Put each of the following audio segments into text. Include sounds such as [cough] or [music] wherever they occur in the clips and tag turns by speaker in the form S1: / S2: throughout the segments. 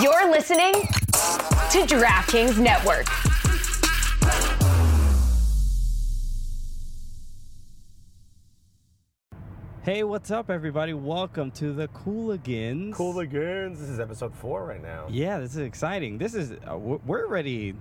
S1: You're listening to DraftKings Network.
S2: Hey, what's up, everybody? Welcome to the Cooligans.
S3: Cool Lagoons. This is episode four right now.
S2: Yeah, this is exciting. This is uh, we're we're already.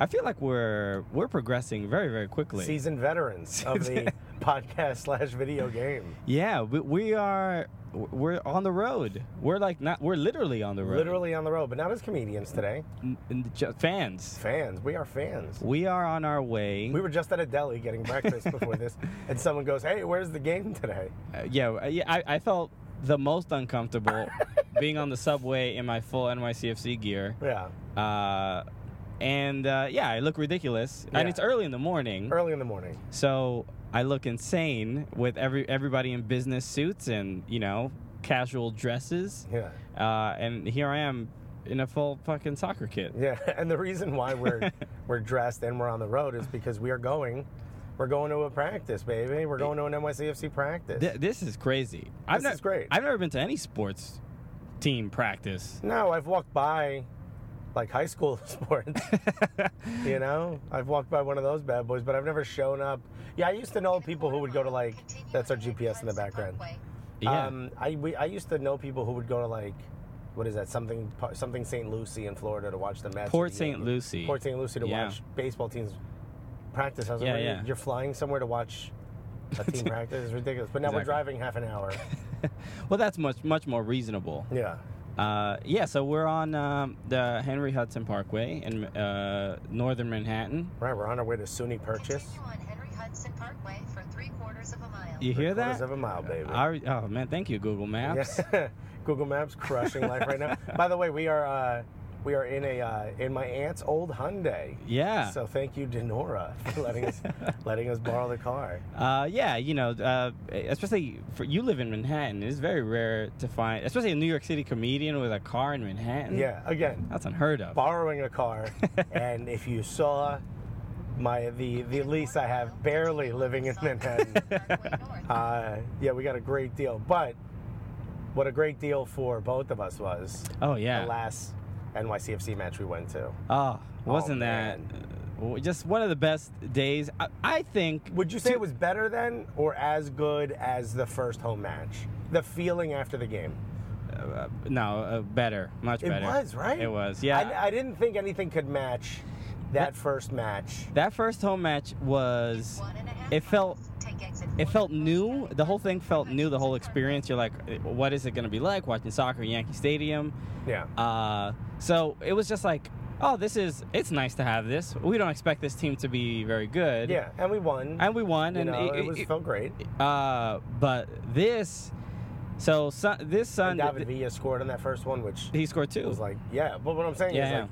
S2: I feel like we're we're progressing very very quickly.
S3: Seasoned veterans of the podcast slash video game.
S2: Yeah, we, we are. We're on the road. We're like not. We're literally on the road.
S3: Literally on the road, but not as comedians today.
S2: N- n- ju- fans.
S3: Fans. We are fans.
S2: We are on our way.
S3: We were just at a deli getting breakfast before this, and someone goes, Hey, where's the game today?
S2: Uh, yeah, uh, yeah. I, I felt the most
S3: [laughs]
S2: uncomfortable being on the subway in my full NYCFC gear.
S3: Yeah.
S2: Uh, and uh, yeah, I look ridiculous,
S3: Yeah.
S2: and it's early in the morning.
S3: Early in the morning.
S2: So I look insane with every everybody in business suits and you know casual dresses,
S3: Yeah.
S2: uh, and here I am in a full fucking soccer kit.
S3: Yeah. [laughs] And the reason why we're we're dressed and we're on the road is because we are going we're going to a practice, baby. We're going to an NYCFC practice.
S2: Th- this is crazy. I've
S3: This is great.
S2: I've never been to any sports team practice.
S3: No, I've walked by like high school [laughs] sports. you know, I've walked by one of those bad boys, but I've never shown up. Yeah, I used to know people who would go to like. That's our GPS in the background.
S2: Yeah,
S3: Um, I we, I used to know people who would go to like. What is that? Something something St. Lucie in Florida to watch the Mets.
S2: Port
S3: or the Yankees.
S2: St. Lucie.
S3: Port St. Lucie to
S2: Yeah.
S3: watch baseball teams practice. I was
S2: Yeah,
S3: like,
S2: yeah.
S3: you're flying somewhere to watch
S2: [laughs]
S3: a team practice. It's ridiculous. But now we're
S2: Exactly.
S3: driving half
S2: [laughs]
S3: an hour.
S2: well that's much much more reasonable.
S3: yeah.
S2: Uh, yeah, so we're on um, the Henry Hudson Parkway in uh, northern Manhattan.
S3: Right. We're on our way to SUNY Purchase.
S4: Continue on Henry Hudson Parkway for three quarters of a mile.
S2: You hear
S3: Quarters
S2: that?
S3: of a mile, baby.
S2: I, oh man, thank you Google Maps.
S3: [laughs] Yeah. Google Maps crushing life right now. By the way, we are uh, we are in a uh, in my aunt's old Hyundai.
S2: Yeah.
S3: So thank you, Denora, for
S2: [laughs]
S3: letting us letting us borrow the car.
S2: Uh, yeah, you know, uh, especially for you live in Manhattan, it's very rare to find, especially a New York City comedian with a car in Manhattan.
S3: Yeah, again,
S2: that's unheard of.
S3: borrowing
S2: [laughs]
S3: a car. and if you saw my the the lease I have barely living in
S2: [laughs]
S3: Manhattan. Uh, yeah, we got a great deal, but what a great deal for both of us was
S2: oh
S3: the
S2: yeah.
S3: last NYCFC match we went to.
S2: Oh, wasn't that
S3: man.
S2: uh, just one of the best days? I, I think.
S3: Would you say it was better then, or as good as the first home match? The feeling after the game.
S2: Uh, no, uh, better, much
S3: It
S2: better.
S3: was right.
S2: It was. Yeah.
S3: I, I didn't think anything could match that
S2: That-
S3: first match.
S2: that first home match was. It felt it felt new. The whole thing felt new. The whole experience. You're like, what is it going to be like watching soccer at Yankee Stadium?
S3: Yeah.
S2: Uh, so it was just like, oh, this is it's nice to have this. We don't expect this team to be very good.
S3: Yeah, and we won.
S2: and we won,
S3: you
S2: and
S3: know,
S2: it-
S3: it, was
S2: it-
S3: felt great.
S2: uh, but this, so Sun this
S3: And
S2: Sunday
S3: David Villa scored on that first one, which
S2: he scored two.
S3: was like, yeah. But what I'm saying
S2: Yeah,
S3: is,
S2: yeah.
S3: like,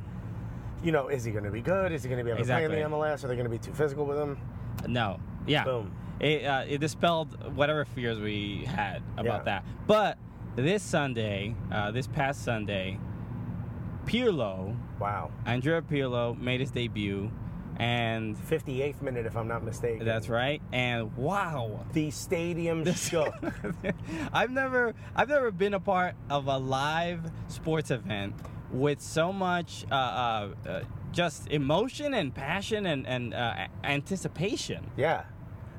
S3: you know, is he going to be good? Is he going to be able to
S2: Exactly.
S3: play in the MLS? Are they going to be too physical with him?
S2: no, yeah,
S3: Boom.
S2: It, uh, it dispelled whatever fears we had about
S3: Yeah.
S2: that. But this Sunday, uh, this past Sunday, Pirlo,
S3: Wow.
S2: Andrea Pirlo made his debut, and
S3: 58th minute, if I'm not mistaken.
S2: that's right. And wow,
S3: The
S2: [laughs]
S3: stadium
S2: This-
S3: shook.
S2: [laughs] I've never I've never been a part of a live sports event with so much uh, uh, uh, just emotion and passion and and uh, a- anticipation. [laughs]
S3: Yeah.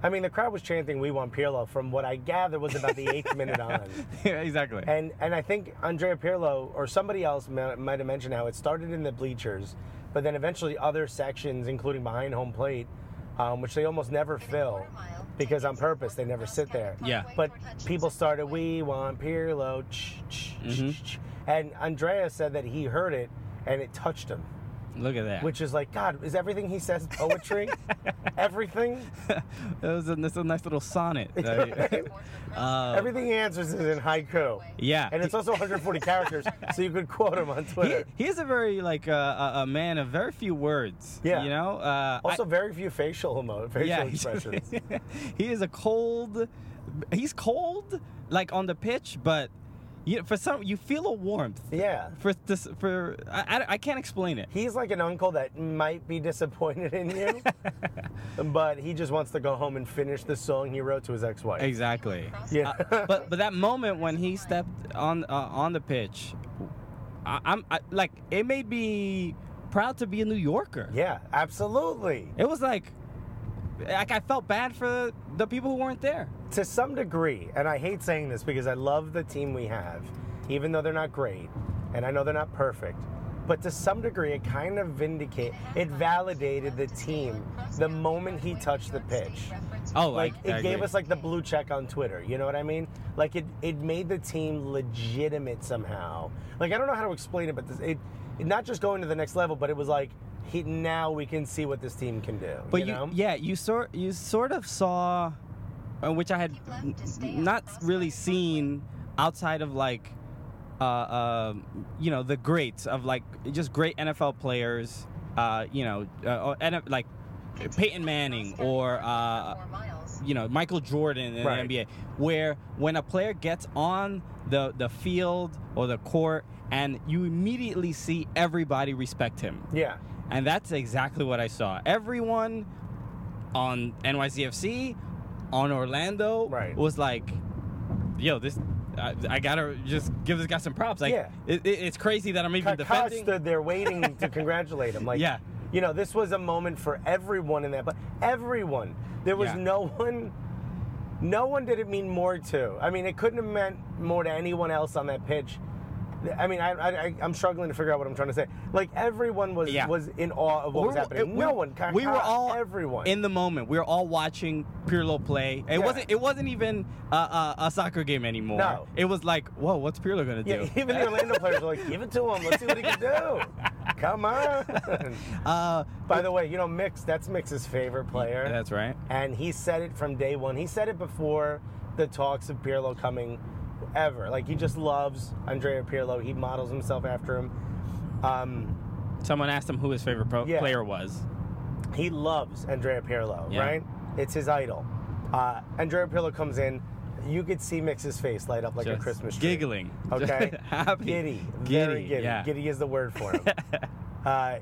S3: I mean, the crowd was chanting "We want Pirlo" from what I gather was about the eighth minute on,
S2: Yeah, exactly.
S3: and and I think Andrea Pirlo or somebody else ma- might have mentioned how it started in the bleachers, but then eventually other sections, including behind home plate, um, which they almost never fill because on purpose they never sit there.
S2: Yeah.
S3: But people started, "We want Pirlo," ch- ch- ch- ch- and Andrea said that he heard it and it touched him,
S2: Look at that.
S3: which is like, God, is everything he says poetry? everything.
S2: that was a, that's a nice little
S3: [laughs]
S2: sonnet. that I- uh,
S3: Everything he answers is in haiku.
S2: [laughs] yeah.
S3: And it's
S2: [laughs]
S3: also 140 characters, so you could quote him on
S2: he,
S3: Twitter.
S2: he is a very like uh, a, a man of very few words.
S3: Yeah.
S2: You know. Uh, I-
S3: Also, very few facial emo-
S2: [laughs]
S3: facial
S2: he's-
S3: expressions.
S2: he is a cold. He's cold, like on the pitch, but you, for some you feel a warmth.
S3: [laughs] yeah.
S2: For this, for I, I, I can't explain it.
S3: He's like an uncle that might be disappointed in
S2: [laughs]
S3: you, but he just wants to go home and finish the song he wrote to his ex-wife.
S2: Exactly.
S3: Yeah. [laughs]
S2: But but that moment when he stepped on uh, on the pitch I, I'm I, like it made me proud to be a New Yorker.
S3: Yeah, absolutely.
S2: It was like, like I felt bad for the people who weren't there.
S3: To some degree, and I hate saying this because I love the team we have, even though they're not great, and I know they're not perfect. But to some degree, it kind of vindicate, it validated the team the moment he touched the pitch.
S2: Oh,
S3: Like
S2: I, I
S3: it gave
S2: agree.
S3: us like the blue check on Twitter. You know what I mean? Like it, it made the team legitimate somehow. Like I don't know how to explain it, but this, it, it not just going to the next level, but it was like he, now we can see what this team can do.
S2: But you,
S3: know?
S2: yeah, you sort you sort of saw, uh, which I had
S4: Keep left to stay
S2: n-
S4: on
S2: not
S4: Crossway
S2: really
S4: Parkway.
S2: seen outside of like, uh, uh, you know, the greats of like just great NFL players. Uh, you know, uh, or, N- like Peyton Manning or uh,
S4: Four miles.
S2: you know Michael Jordan in
S3: Right.
S2: the NBA, where when a player gets on the the field or the court, and you immediately see everybody respect him.
S3: yeah,
S2: And that's exactly what I saw. Everyone on NYCFC, on Orlando,
S3: Right.
S2: was like, "Yo, this, I, I gotta just give this guy some props." Like,
S3: Yeah.
S2: it, it- it's crazy that I'm even
S3: Kaká
S2: defending.
S3: stood there waiting to congratulate him.
S2: [laughs]
S3: Like,
S2: Yeah.
S3: you know, this was a moment for everyone in that. But everyone, there was
S2: Yeah.
S3: no one, no one did it mean more to. I mean, it couldn't have meant more to anyone else on that pitch. I mean, I, I, I- I'm struggling to figure out what I'm trying to say. Like everyone was
S2: Yeah.
S3: was in awe of what
S2: We
S3: was
S2: were-
S3: happening.
S2: it-
S3: no one, Kaká,
S2: we were all
S3: everyone
S2: in the moment. We were all watching Pirlo play. It
S3: Yeah.
S2: wasn't. It wasn't even uh, uh, a soccer game anymore.
S3: No.
S2: It was like, "Whoa, what's Pirlo gonna
S3: Yeah,
S2: do?"
S3: even the
S2: [laughs]
S3: Orlando players were like, "Give it to him. Let's see what he can do." Come on. [laughs]
S2: Uh,
S3: By the way, you know, Mix. That's Mix's favorite player.
S2: that's right.
S3: and he said it from day one. He said it before the talks of Pirlo coming ever. Like he just loves Andrea Pirlo. He models himself after him. Um,
S2: Someone asked him who his favorite pro-
S3: Yeah.
S2: player was.
S3: he loves Andrea Pirlo,
S2: Yeah.
S3: right? It's his idol. Uh, Andrea Pirlo comes in. You could see Mix's face light up like a
S2: Just
S3: Christmas tree.
S2: giggling. [laughs]
S3: Okay.
S2: Happy.
S3: Giddy.
S2: Giddy,
S3: Very giddy.
S2: yeah.
S3: Giddy is the word for
S2: [laughs]
S3: him. uh,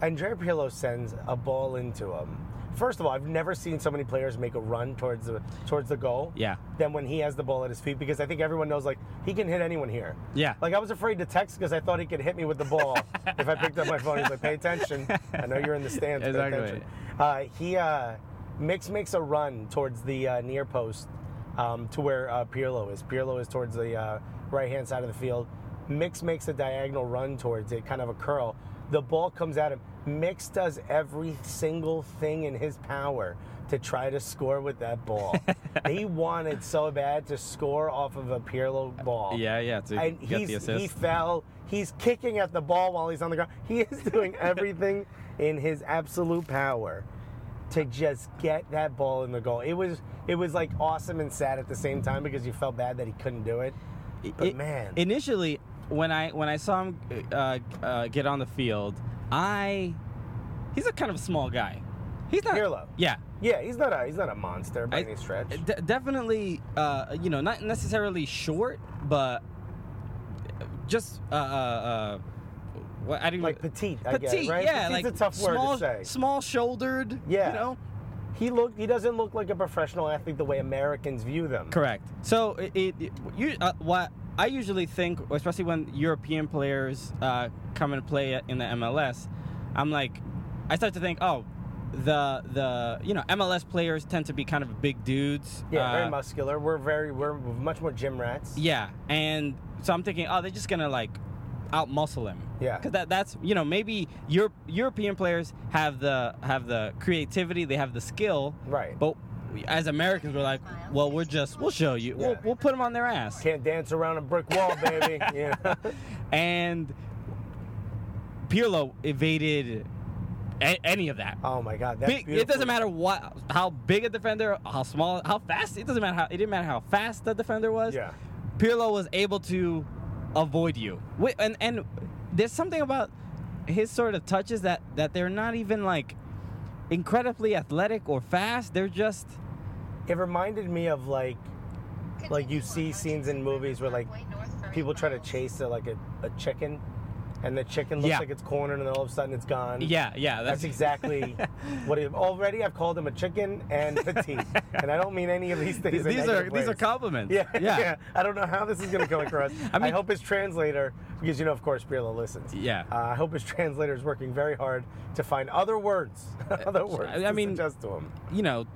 S3: Andrea Pirlo sends a ball into him. First of all, I've never seen so many players make a run towards the towards the goal.
S2: Yeah.
S3: Than when he has the ball at his feet because I think everyone knows like he can hit anyone here.
S2: Yeah.
S3: Like I was afraid to text because I thought he could hit me with
S2: [laughs]
S3: the ball if I picked up my phone. He's like, "Pay attention! I know you're in the stands.
S2: Exactly.
S3: Pay attention." Uh, he uh, Mix makes a run towards the uh, near post um, to where uh, Pirlo is. Pirlo is towards the uh, right hand side of the field. Mix makes a diagonal run towards it, kind of a curl. The ball comes at him. Mix does every single thing in his power to try to score with that ball. he wanted so bad to score off of a Pirlo ball
S2: Yeah, yeah. To
S3: Oh. and
S2: get the
S3: he's, he
S2: assist.
S3: fell. He's kicking at the ball while he's on the ground. He is [laughs] doing everything in his absolute power to just get that ball in the goal. It was it was like awesome and sad at the same time because you felt bad that he couldn't do it. But
S2: I-
S3: man,
S2: initially when I when I saw him uh, uh, get on the field, I he's a kind of small guy. He's not
S3: Pirlo.
S2: Yeah,
S3: yeah, he's not a he's not a monster by
S2: I- uh,
S3: any stretch.
S2: de- definitely. Uh, you know, not necessarily short, but just uh, uh, uh, what I didn't
S3: Like petite, I guess,
S2: petite.
S3: right?
S2: Yeah,
S3: Petite's
S2: like
S3: a tough word to
S2: small,
S3: say.
S2: small-shouldered.
S3: Yeah.
S2: you know.
S3: He looked he doesn't look like a professional athlete the way Americans view them.
S2: Correct. So it, it it- you uh, what I usually think, especially when European players uh, come and play in the MLS, I'm like, I start to think, oh, the the you know MLS players tend to be kind of big dudes.
S3: Yeah,
S2: uh,
S3: very muscular. We're very we're much more gym rats.
S2: Yeah, and so I'm thinking, oh, they're just gonna like out muscle him.
S3: Yeah.
S2: because that, that's you know maybe Europe, European players have the have the creativity, they have the skill,
S3: Right.
S2: But we- as Americans, we're like, well, we're just we'll show you, we'll,
S3: Yeah.
S2: we'll put them on their ass,
S3: Can't dance around a brick wall,
S2: [laughs]
S3: baby. yeah.
S2: and Pirlo evaded a- any of that.
S3: Oh my god, that's
S2: Big, it
S3: beautiful.
S2: doesn't matter what, how big a defender, how small, how fast. It doesn't matter how. It didn't matter how fast the defender was.
S3: Yeah.
S2: Pirlo was able to avoid you. Wi- And and there's something about his sort of touches that that they're not even like incredibly athletic or fast. They're just
S3: It reminded me of like like
S4: Continue
S3: you
S4: on
S3: see
S4: Hudson
S3: scenes in
S4: River
S3: movies where like
S4: Parkway north for eight
S3: people try to
S4: miles.
S3: chase a, like a, a chicken and the chicken looks
S2: Yeah.
S3: like it's cornered, and all of a sudden it's gone.
S2: Yeah, yeah,
S3: That's
S2: [laughs]
S3: exactly what it already I've called him a chicken and
S2: [laughs]
S3: petite. and I don't mean any of these things. in
S2: these are
S3: negative
S2: these are
S3: ways.
S2: compliments.
S3: [laughs] Yeah,
S2: yeah,
S3: yeah, I don't know how this is going to come across.
S2: [laughs] I
S3: I,
S2: mean-
S3: hope his translator, because you know, of course, Briella listens.
S2: Yeah.
S3: Uh, I hope his translator is working very hard to find other words, [laughs] other words.
S2: I- I
S3: to
S2: mean-
S3: suggest to him.
S2: You know,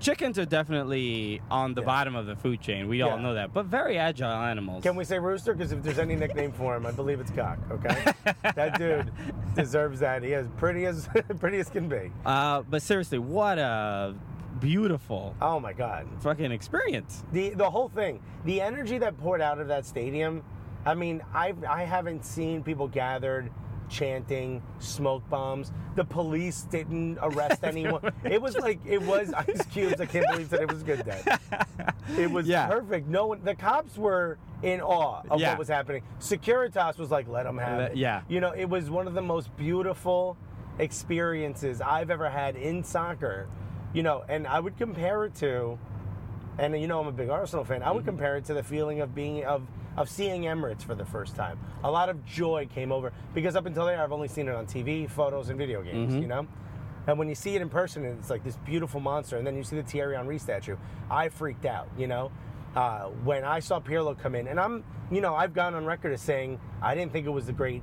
S2: chickens are definitely on the
S3: Yeah.
S2: bottom of the food chain. We all
S3: Yeah.
S2: know that, but very agile animals.
S3: Can we say rooster? Because if there's any nickname for him, I believe it's cock. Okay, that dude deserves that. He is pretty as [laughs] pretty as can be.
S2: Uh, but seriously, what a beautiful
S3: Oh my god.
S2: fucking experience.
S3: the the whole thing, the energy that poured out of that stadium. I mean, I I haven't seen people gathered chanting smoke bombs. The police
S2: [laughs]
S3: didn't arrest anyone. it was like it was ice cubes. I can't believe that it was a good day. It was
S2: Yeah.
S3: perfect. No one. The cops were in awe of
S2: Yeah.
S3: what was happening. Securitas was like, "Let them have
S2: Let-
S3: it."
S2: yeah.
S3: You know, it was one of the most beautiful experiences I've ever had in soccer. You know, and I would compare it to and you know I'm a big Arsenal fan. I would compare it to the feeling of being of of seeing Emirates for the first time. A lot of joy came over because up until there I've only seen it on TV, photos, and video games. You know. And when you see it in person, and it's like this beautiful monster, and then you see the Thierry Henry statue, I freaked out. You know, uh, when I saw Pirlo come in, and I'm, you know, I've gone on record as saying I didn't think it was a great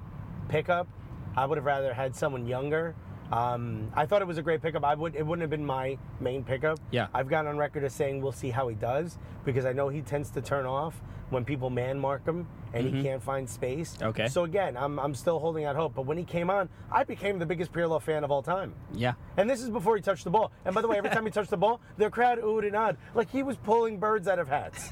S3: pickup. I would have rather had someone younger. Um, I thought it was a great pickup. I would it wouldn't have been my main pickup.
S2: Yeah.
S3: I've gone on record as saying we'll see how he does because I know he tends to turn off when people man mark him and he can't find space.
S2: Mm-hmm. Okay.
S3: So again, I'm, I'm still holding out hope. But when he came on, I became the biggest Pirlo fan of all time.
S2: Yeah.
S3: And this is before he touched the ball. And by the way, every time he touched the ball, the crowd oohed and ahed like he was pulling birds out
S2: [laughs]
S3: of hats.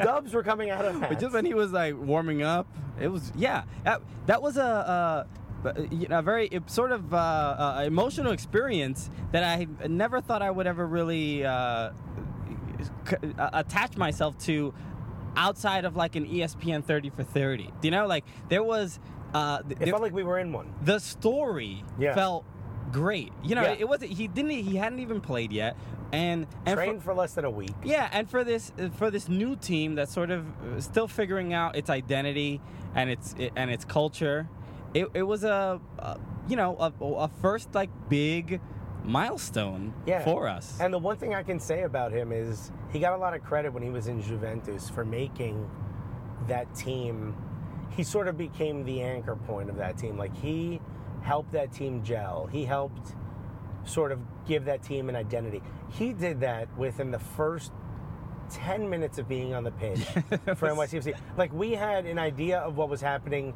S3: Dubs were coming out of hats.
S2: But just when he was like warming up, it was yeah. That, that was a. Uh, but, you know, a very it- sort of uh, uh, emotional experience that I never thought I would ever really uh, c- uh, attach myself to outside of like an E ESPN 30 for 30. Do You know, like there was uh, th-
S3: it
S2: there-
S3: felt like we were in one.
S2: the story
S3: Yeah.
S2: felt great. You know,
S3: Yeah.
S2: it wasn't he didn't he hadn't even played yet, and and for-
S3: Trained for less than a week.
S2: yeah, and for this uh, for this new team that's sort of uh, still figuring out its identity and its and its culture, it, it was a, a you know a, a first like big milestone
S3: yeah.
S2: for us.
S3: And the one thing I can say about him is he got a lot of credit when he was in Juventus for making that team. He sort of became the anchor point of that team. Like he helped that team gel. He helped sort of give that team an identity. He did that within the first 10 minutes of being on the
S2: [laughs]
S3: pitch for NYCFC. Like we had an idea of what was happening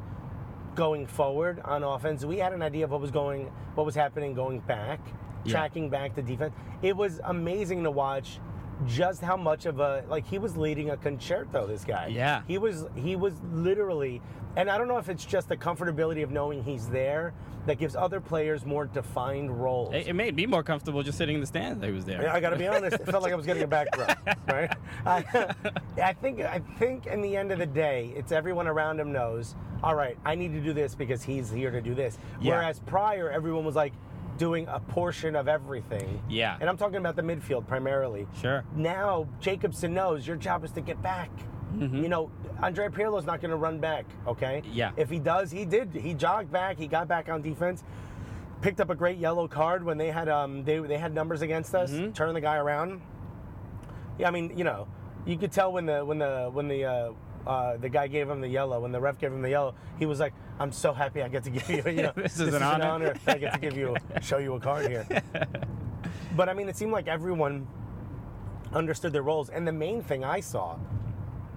S3: going forward on offense. We had an idea of what was going what was happening going back,
S2: Yeah.
S3: tracking back the defense. It was amazing to watch just how much of a like he was leading a concerto this guy.
S2: Yeah.
S3: He was he was literally and I don't know if it's just the comfortability of knowing he's there that gives other players more defined roles.
S2: it, it made me more comfortable just sitting in the stands. I was there.
S3: Yeah, I got to be honest. It felt like I was getting a back
S2: [laughs]
S3: rub, right? I, I think I think in the end of the day, it's everyone around him knows. All right, I need to do this because he's here to do this.
S2: Yeah.
S3: Whereas prior, everyone was like doing a portion of everything.
S2: Yeah.
S3: And I'm talking about the midfield primarily. [laughs]
S2: Sure.
S3: Now Jacobson knows your job is to get back. You know, Andrea Pirlo's not going to run back. Okay.
S2: Mm-hmm. Yeah.
S3: If he does, he did. He jogged back. He got back on defense picked up a great yellow card when they had um they they had numbers against us.
S2: Mm-hmm.
S3: Turn the guy around. Yeah, I mean you know you could tell when the when the when the uh, uh, the guy gave him the yellow when the ref gave him the yellow he was like I'm so happy I get to give you, you know,
S2: [laughs] This is an honor."
S3: I get to
S2: [laughs]
S3: give you show you a card here. but I mean it seemed like everyone understood their roles and the main thing I saw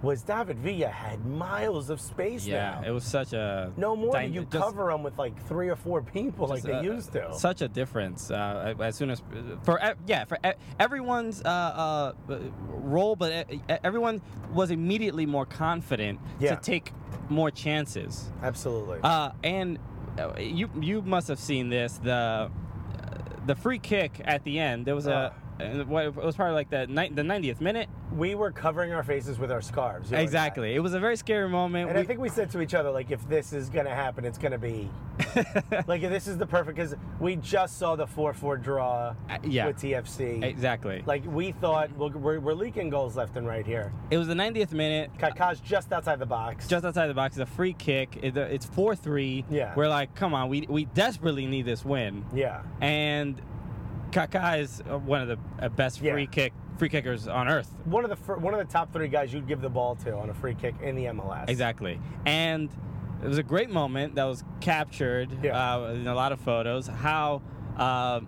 S3: was David Villa had miles of space
S2: Yeah,
S3: now.
S2: it was such a
S3: no more
S2: dyna-
S3: do you
S2: just-
S3: cover them with like three or four people like they
S2: uh,
S3: used to.
S2: Such a difference. Uh, as soon as for e- yeah for e- everyone's uh, uh, role, but e- e- everyone was immediately more confident
S3: Yeah.
S2: to take more chances.
S3: Absolutely.
S2: Uh, and uh, you you must have seen this the the free kick at the end. There was a
S3: Oh.
S2: and what- it was probably like the ni- the 90th minute.
S3: We were covering our faces with our scarves. you and I.
S2: Exactly. It was a very scary moment.
S3: And I
S2: We-
S3: think we said to each other, like, if this is going to happen, it's going to
S2: [laughs]
S3: be. like, this is the perfect, because we just saw the 4 4 draw
S2: Uh, yeah.
S3: with TFC.
S2: exactly.
S3: Like, we thought, we'll, we're, we're leaking goals left and right here.
S2: it was the 90th minute.
S3: Kaká's just outside the box.
S2: Just outside the box is a free kick. It- It's four three.
S3: Yeah.
S2: We're like, come on, we we desperately need this win.
S3: Yeah.
S2: And Kaká is uh, one of the uh, best
S3: Yeah.
S2: free kick free kickers on earth.
S3: One of the fir- one of the top three guys you'd give the ball to on a free kick in the MLS.
S2: Exactly. And it was a great moment that was captured
S3: Yeah.
S2: uh, in a lot of photos. How uh,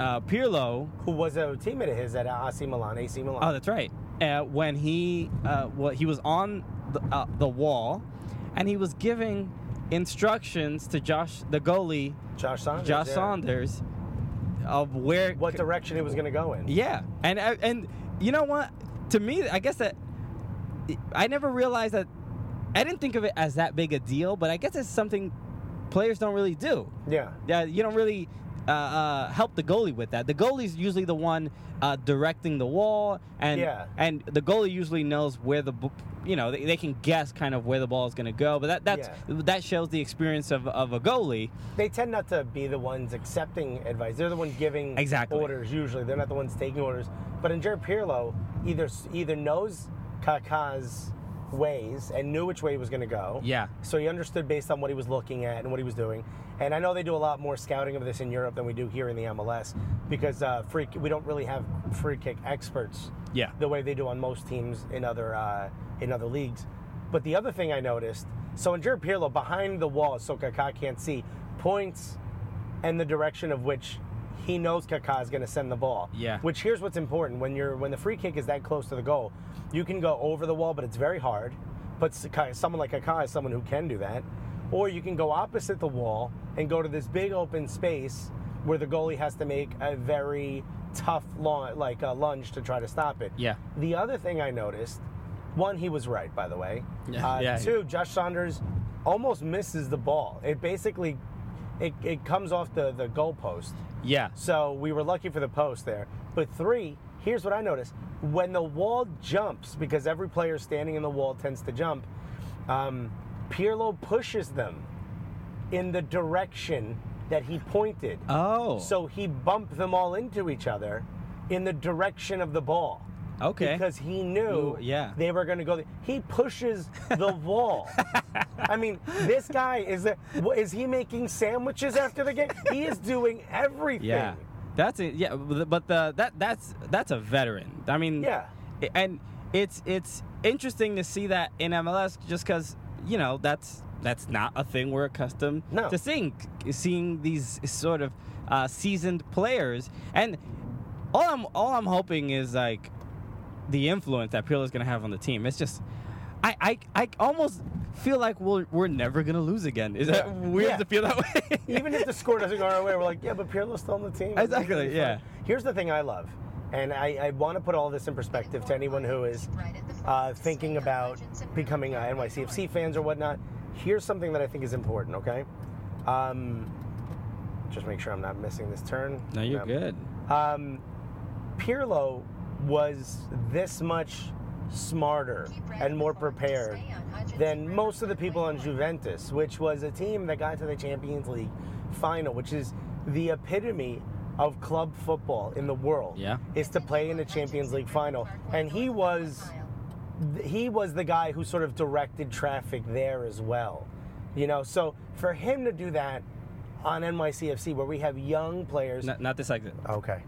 S2: uh, Pirlo,
S3: Who was a teammate of his at AC Milan, AC Milan.
S2: oh, that's right, uh, when he uh, well, he was on the, uh, the wall and he was giving instructions to Josh, the goalie,
S3: Josh Saunders.
S2: Oh, Josh
S3: yeah.
S2: Saunders, of where.
S3: What direction it was going to go in.
S2: Yeah, and I- and you know what? To me, I guess that I never realized that. I didn't think of it as that big a deal, but I guess it's something players don't really do.
S3: Yeah.
S2: Yeah, you don't really uh, uh, help the goalie with that. The goalie's usually the one uh, directing the wall, and
S3: Yeah.
S2: and the goalie usually knows where the b- you know they, they can guess kind of where the ball is going to go. But that that's that shows the experience of, of a goalie.
S3: They tend not to be the ones accepting advice. They're the ones giving
S2: Exactly.
S3: orders usually. They're not the ones taking orders. But in Jared Pirlo, either either knows Kaká's ways and knew which way he was going to go.
S2: Yeah.
S3: So he understood based on what he was looking at and what he was doing. And I know they do a lot more scouting of this in Europe than we do here in the MLS because uh, free we don't really have free kick experts
S2: Yeah.
S3: the way they do on most teams in other uh, in other leagues. But the other thing I noticed, so in Jared Pirlo behind the wall, so Kaká can't see, points and the direction of which he knows Kaká is going to send the ball.
S2: Yeah.
S3: Which here's what's important when you're when the free kick is that close to the goal, you can go over the wall, but it's very hard. But s- ki- someone like Kaká is someone who can do that, or you can go opposite the wall and go to this big open space where the goalie has to make a very tough long like a lunge to try to stop it.
S2: Yeah.
S3: The other thing I noticed, one, he was right, by the way.
S2: Yeah,
S3: Uh,
S2: yeah.
S3: Two, Josh Saunders almost misses the ball. It basically, it, it comes off the, the goalpost.
S2: Yeah.
S3: So we were lucky for the post there. But three, here's what I noticed. When the wall jumps, because every player standing in the wall tends to jump, um, Pirlo pushes them in the direction that he pointed.
S2: Oh.
S3: So he bumped them all into each other in the direction of the ball.
S2: Okay.
S3: Because he knew
S2: Ooh, Eh? yeah.
S3: they were going to go. th- He pushes
S2: [laughs]
S3: the wall. I mean, this guy is a, wha- is he making sandwiches after the game? He is doing everything.
S2: Yeah, that's it. Yeah, but but the that that's that's a veteran. I mean,
S3: Yeah.
S2: i- and it's it's interesting to see that in MLS just because you know that's that's not a thing we're accustomed
S3: No.
S2: to seeing seeing these sort of uh, seasoned players and all I'm all I'm hoping is like the influence that Pirlo's gonna have on the team. It's just I I, I almost feel like we're we're never gonna lose again. Is that
S3: Yeah.
S2: weird
S3: Yeah.
S2: to feel that
S3: [laughs]
S2: way?
S3: Even if the score doesn't go our way, we're like, yeah, but Pirlo's still on the team.
S2: Exactly, yeah.
S3: Here's the thing I love, and I, I want to put all this in perspective to anyone who is uh, thinking about becoming uh, NYCFC fans or whatnot. Here's something that I think is important. Okay, um, just make sure I'm not missing this turn.
S2: no, you're good.
S3: Um, Pirlo was this much smarter and more prepared than most of the people on Juventus, which was a team that got to the Champions League final, which is the epitome of club football in the world.
S2: Yeah.
S3: Is to play in the Champions League final. And he was th- he was the guy who sort of directed traffic there as well. You know, so for him to do that on NYCFC where we have young players
S2: Not, not this exit.
S3: Okay.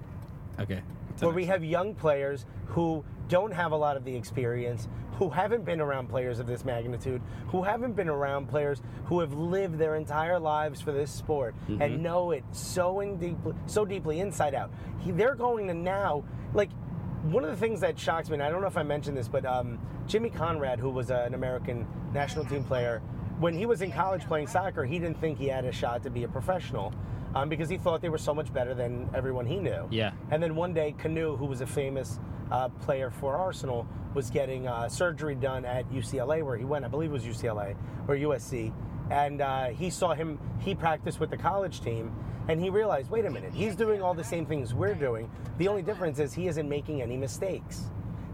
S2: Okay.
S3: Where we have young players who don't have a lot of the experience, who haven't been around players of this magnitude, who haven't been around players who have lived their entire lives for this sport and know it so in deeply, so deeply inside out. He, they're going to now, like, one of the things that shocks me, and I don't know if I mentioned this, but um, Jimmy Conrad, who was uh, an American national team player, when he was in college playing soccer, he didn't think he had a shot to be a professional um, because he thought they were so much better than everyone he knew.
S2: Yeah.
S3: And then one day, Canoe, who was a famous uh, player for Arsenal, was getting uh, surgery done at UCLA, where he went. I believe it was UCLA or USC. And uh, he saw him. He practiced with the college team, And he realized, wait a minute, he's doing all the same things we're doing. The only difference is he isn't making any mistakes.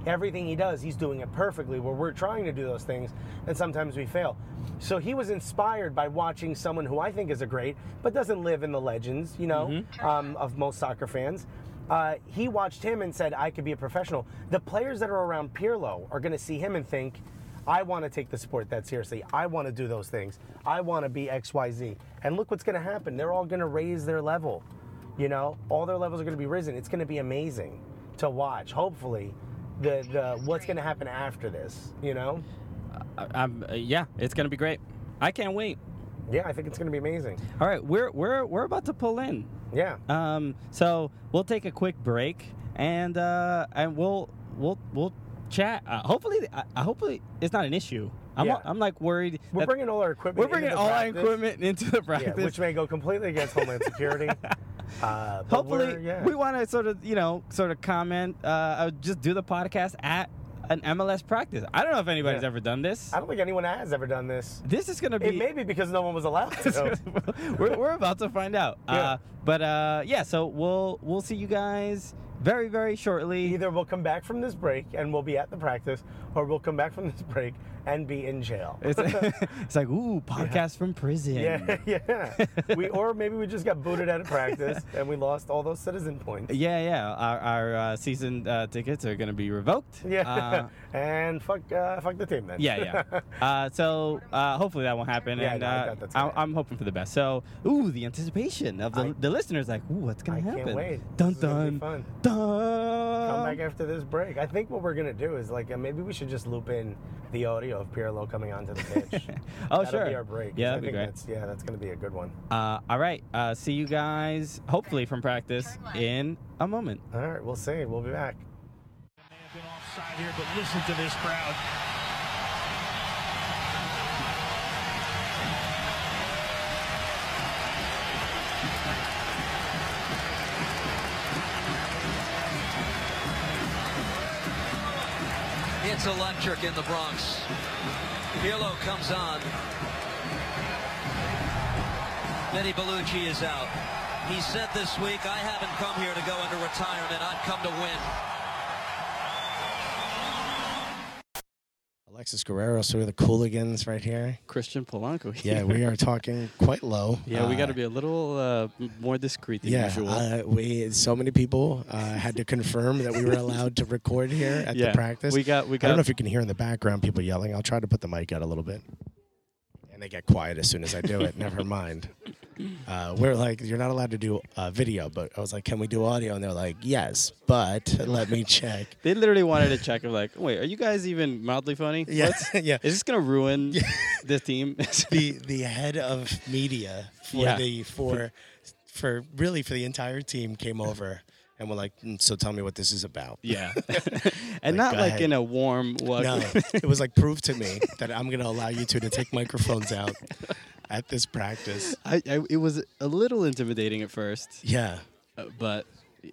S3: Everything he does, he's doing it perfectly, where we're trying to do those things, and sometimes we fail. So he was inspired by watching someone who I think is a great, but doesn't live in the legends, you know, um, of most soccer fans. Uh, he watched him and said, I could be a professional. The players that are around Pirlo are going to see him and think, I want to take the sport that seriously. I want to do those things. I want to be XYZ. And look what's going to happen. They're all going to raise their level. You know, all their levels are going to be risen. It's going to be amazing to watch. Hopefully, the, the what's going to happen after this, you know?
S2: I, am uh, yeah, it's gonna be great. I can't wait.
S3: Yeah, I think it's going to be amazing.
S2: All right, we're we're we're about to pull in.
S3: Yeah.
S2: Um, so we'll take a quick break and uh, and we'll we'll we'll chat. Uh, hopefully, uh, hopefully it's not an issue. I'm
S3: Yeah.
S2: I'm like worried.
S3: We're
S2: that-
S3: bringing all our equipment.
S2: we're bringing
S3: into
S2: all
S3: practice.
S2: our equipment into the
S3: Yeah,
S2: practice.
S3: which may go completely against
S2: [laughs]
S3: Homeland Security. Uh, but
S2: hopefully
S3: we're- yeah.
S2: we want to sort of you know sort of comment. Uh, uh, just do the podcast at an MLS practice. I don't know if anybody's
S3: Yeah.
S2: ever done this.
S3: I don't think anyone has ever done this.
S2: This is gonna be
S3: It may be because no one was allowed
S2: [laughs]
S3: to.
S2: we're, we're about to find out. Uh,
S3: Yeah.
S2: but uh, yeah, so we'll we'll see you guys very very shortly.
S3: Either we'll come back from this break and we'll be at the practice, or we'll come back from this break and be in jail.
S2: [laughs] It's, [laughs] it's like ooh, podcast from prison. [laughs]
S3: yeah, yeah. We or maybe we just got booted out
S2: [laughs]
S3: of practice and we lost all those citizen points.
S2: Yeah, yeah. Our, our uh, season uh, tickets are going to be revoked.
S3: Yeah.
S2: Uh,
S3: and fuck, uh, fuck the team then.
S2: yeah, yeah. Uh, so uh, hopefully that won't happen,
S3: Yeah,
S2: and
S3: no, I
S2: uh,
S3: doubt that's
S2: I'm,
S3: gonna
S2: I'm hoping for the best. So, ooh, the anticipation of the,
S3: I-
S2: the listeners, like, ooh, what's gonna
S3: I can't
S2: happen?
S3: wait.
S2: Dun
S3: This is gonna be
S2: dun
S3: fun.
S2: dun.
S3: [laughs] Come back after this break. I think what we're gonna do is like uh, maybe we should just loop in the audio of Pirlo coming onto the pitch.
S2: [laughs] Oh,
S3: That'll
S2: sure.
S3: be our break. 'cause
S2: Yeah,
S3: I
S2: that'd be
S3: think
S2: great.
S3: That's, yeah, that's gonna be a good one.
S2: Uh, all right. Uh, see you guys, hopefully from practice, in a moment.
S3: All right, we'll see. We'll be back.
S5: May have been offside here, but listen to this crowd.
S6: It's electric in the Bronx. Pirlo comes on. Vinny Bellucci is out. He said this week, I haven't come here to go into retirement. I've come to win.
S7: Alexis Guerrero, so we're the Cooligans right here.
S2: Christian Polanco.
S7: Yeah, we are talking quite
S2: [laughs]
S7: low. Uh,
S2: be a little uh, more discreet than
S7: Yeah, uh, we so many people uh, had to confirm that we were allowed to record here at
S2: Yeah,
S7: the practice.
S2: we got- we
S7: I
S2: got-
S7: don't know if you can hear in the background people yelling. I'll try to put the mic out a little bit, and they get quiet as soon as I do it.
S2: [laughs]
S7: Never mind. Uh, we're like, you're not allowed to do uh, video, but I was like, can we do audio? And they're like, yes, but let me check.
S2: They literally wanted to check. of like, wait, are you guys even mildly funny?
S7: Yeah, [laughs] yeah.
S2: Is this gonna ruin this
S7: [laughs]
S2: team?
S7: the the head of media for
S2: Yeah.
S7: the for for really for the entire team came over and were like, "Mm, so tell me what this is about.
S2: yeah, [laughs]
S7: Like,
S2: and not
S7: go
S2: like
S7: ahead.
S2: in a warm
S7: No,
S2: [laughs] welcome.
S7: it was like prove to me that I'm gonna allow you two to take microphones out at this practice.
S2: I, I, it was a little intimidating at first,
S7: Yeah,
S2: uh, but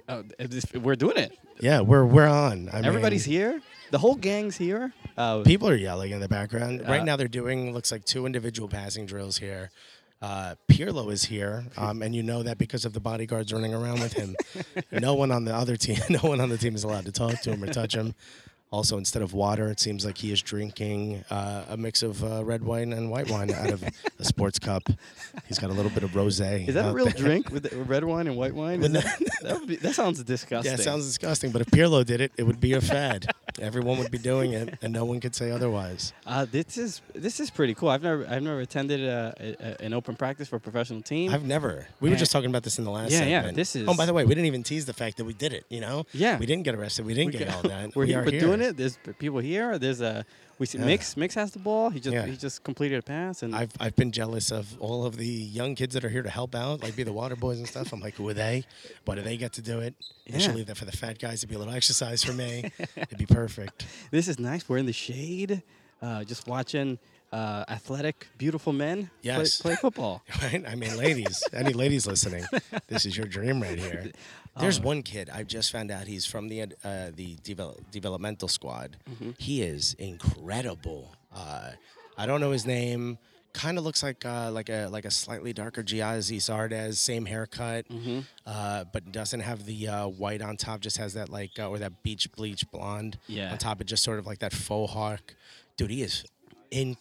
S2: uh, it's- we're doing it.
S7: yeah, we're we're on. I mean,
S2: Everybody's here. The whole gang's here. Uh,
S7: People are yelling in the background
S2: Uh,
S7: right now. They're doing looks like two individual passing drills here. Uh, Pirlo is here, um, and you know that because of the bodyguards running around with
S2: [laughs]
S7: him. no one on the other team, [laughs] no one on the team is allowed to talk to him or touch him. Also, instead of water, it seems like he is drinking uh, a mix of uh, red wine and white wine out of a sports cup. He's got a little bit of rosé.
S2: Is that a
S7: out
S2: real
S7: there.
S2: drink with the- red wine and white wine? Is
S7: No.
S2: that, that, would be, that sounds disgusting.
S7: [laughs] Yeah, it sounds disgusting, but if Pirlo did it, it would be a fad. Everyone would be doing it, and no one could say otherwise.
S2: Uh, this is this is pretty cool. I've never I've never attended a, a, an open practice for a professional team.
S7: I've never. We were just talking about this in the last.
S2: Yeah, yeah,
S7: segment.
S2: this is-
S7: Oh, by the way, we didn't even tease the fact that we did it. You know.
S2: Yeah.
S7: We didn't get arrested. We didn't
S2: We
S7: get
S2: [laughs] got-
S7: all that.
S2: We're
S7: we
S2: here,
S7: are
S2: we're
S7: here.
S2: doing it. There's p- people here. There's a we see
S7: Yeah.
S2: mix mix has the ball. He just
S7: Yeah.
S2: he just completed a pass and
S7: I've I've been jealous of all of the young kids that are here to help out, like be the water boys and stuff. I'm like, who are they? Why do they get to do it? They
S2: Yeah.
S7: should leave that for the fat guys. It'd be a little exercise for
S2: [laughs]
S7: me. It'd be perfect.
S2: this is nice. We're in the shade, uh, just watching uh, athletic, beautiful men
S7: Yes.
S2: play, play football.
S7: [laughs]
S3: [laughs]
S7: Right? I mean, ladies, any ladies listening, this is your dream right
S2: [laughs]
S7: here. There's
S2: Oh.
S7: one kid I just found out he's from the uh, the devel-
S2: Mm-hmm.
S7: developmental squad. He is incredible. Uh, I don't know his name.
S3: kind of looks like uh, like a like a slightly darker Giazzi Sardes, same haircut,
S2: Mm-hmm.
S3: uh, but doesn't have the uh, white on top. Just has that like uh, or that beach bleach blonde
S2: Yeah.
S3: on top of just sort of like that faux hawk. Dude, he is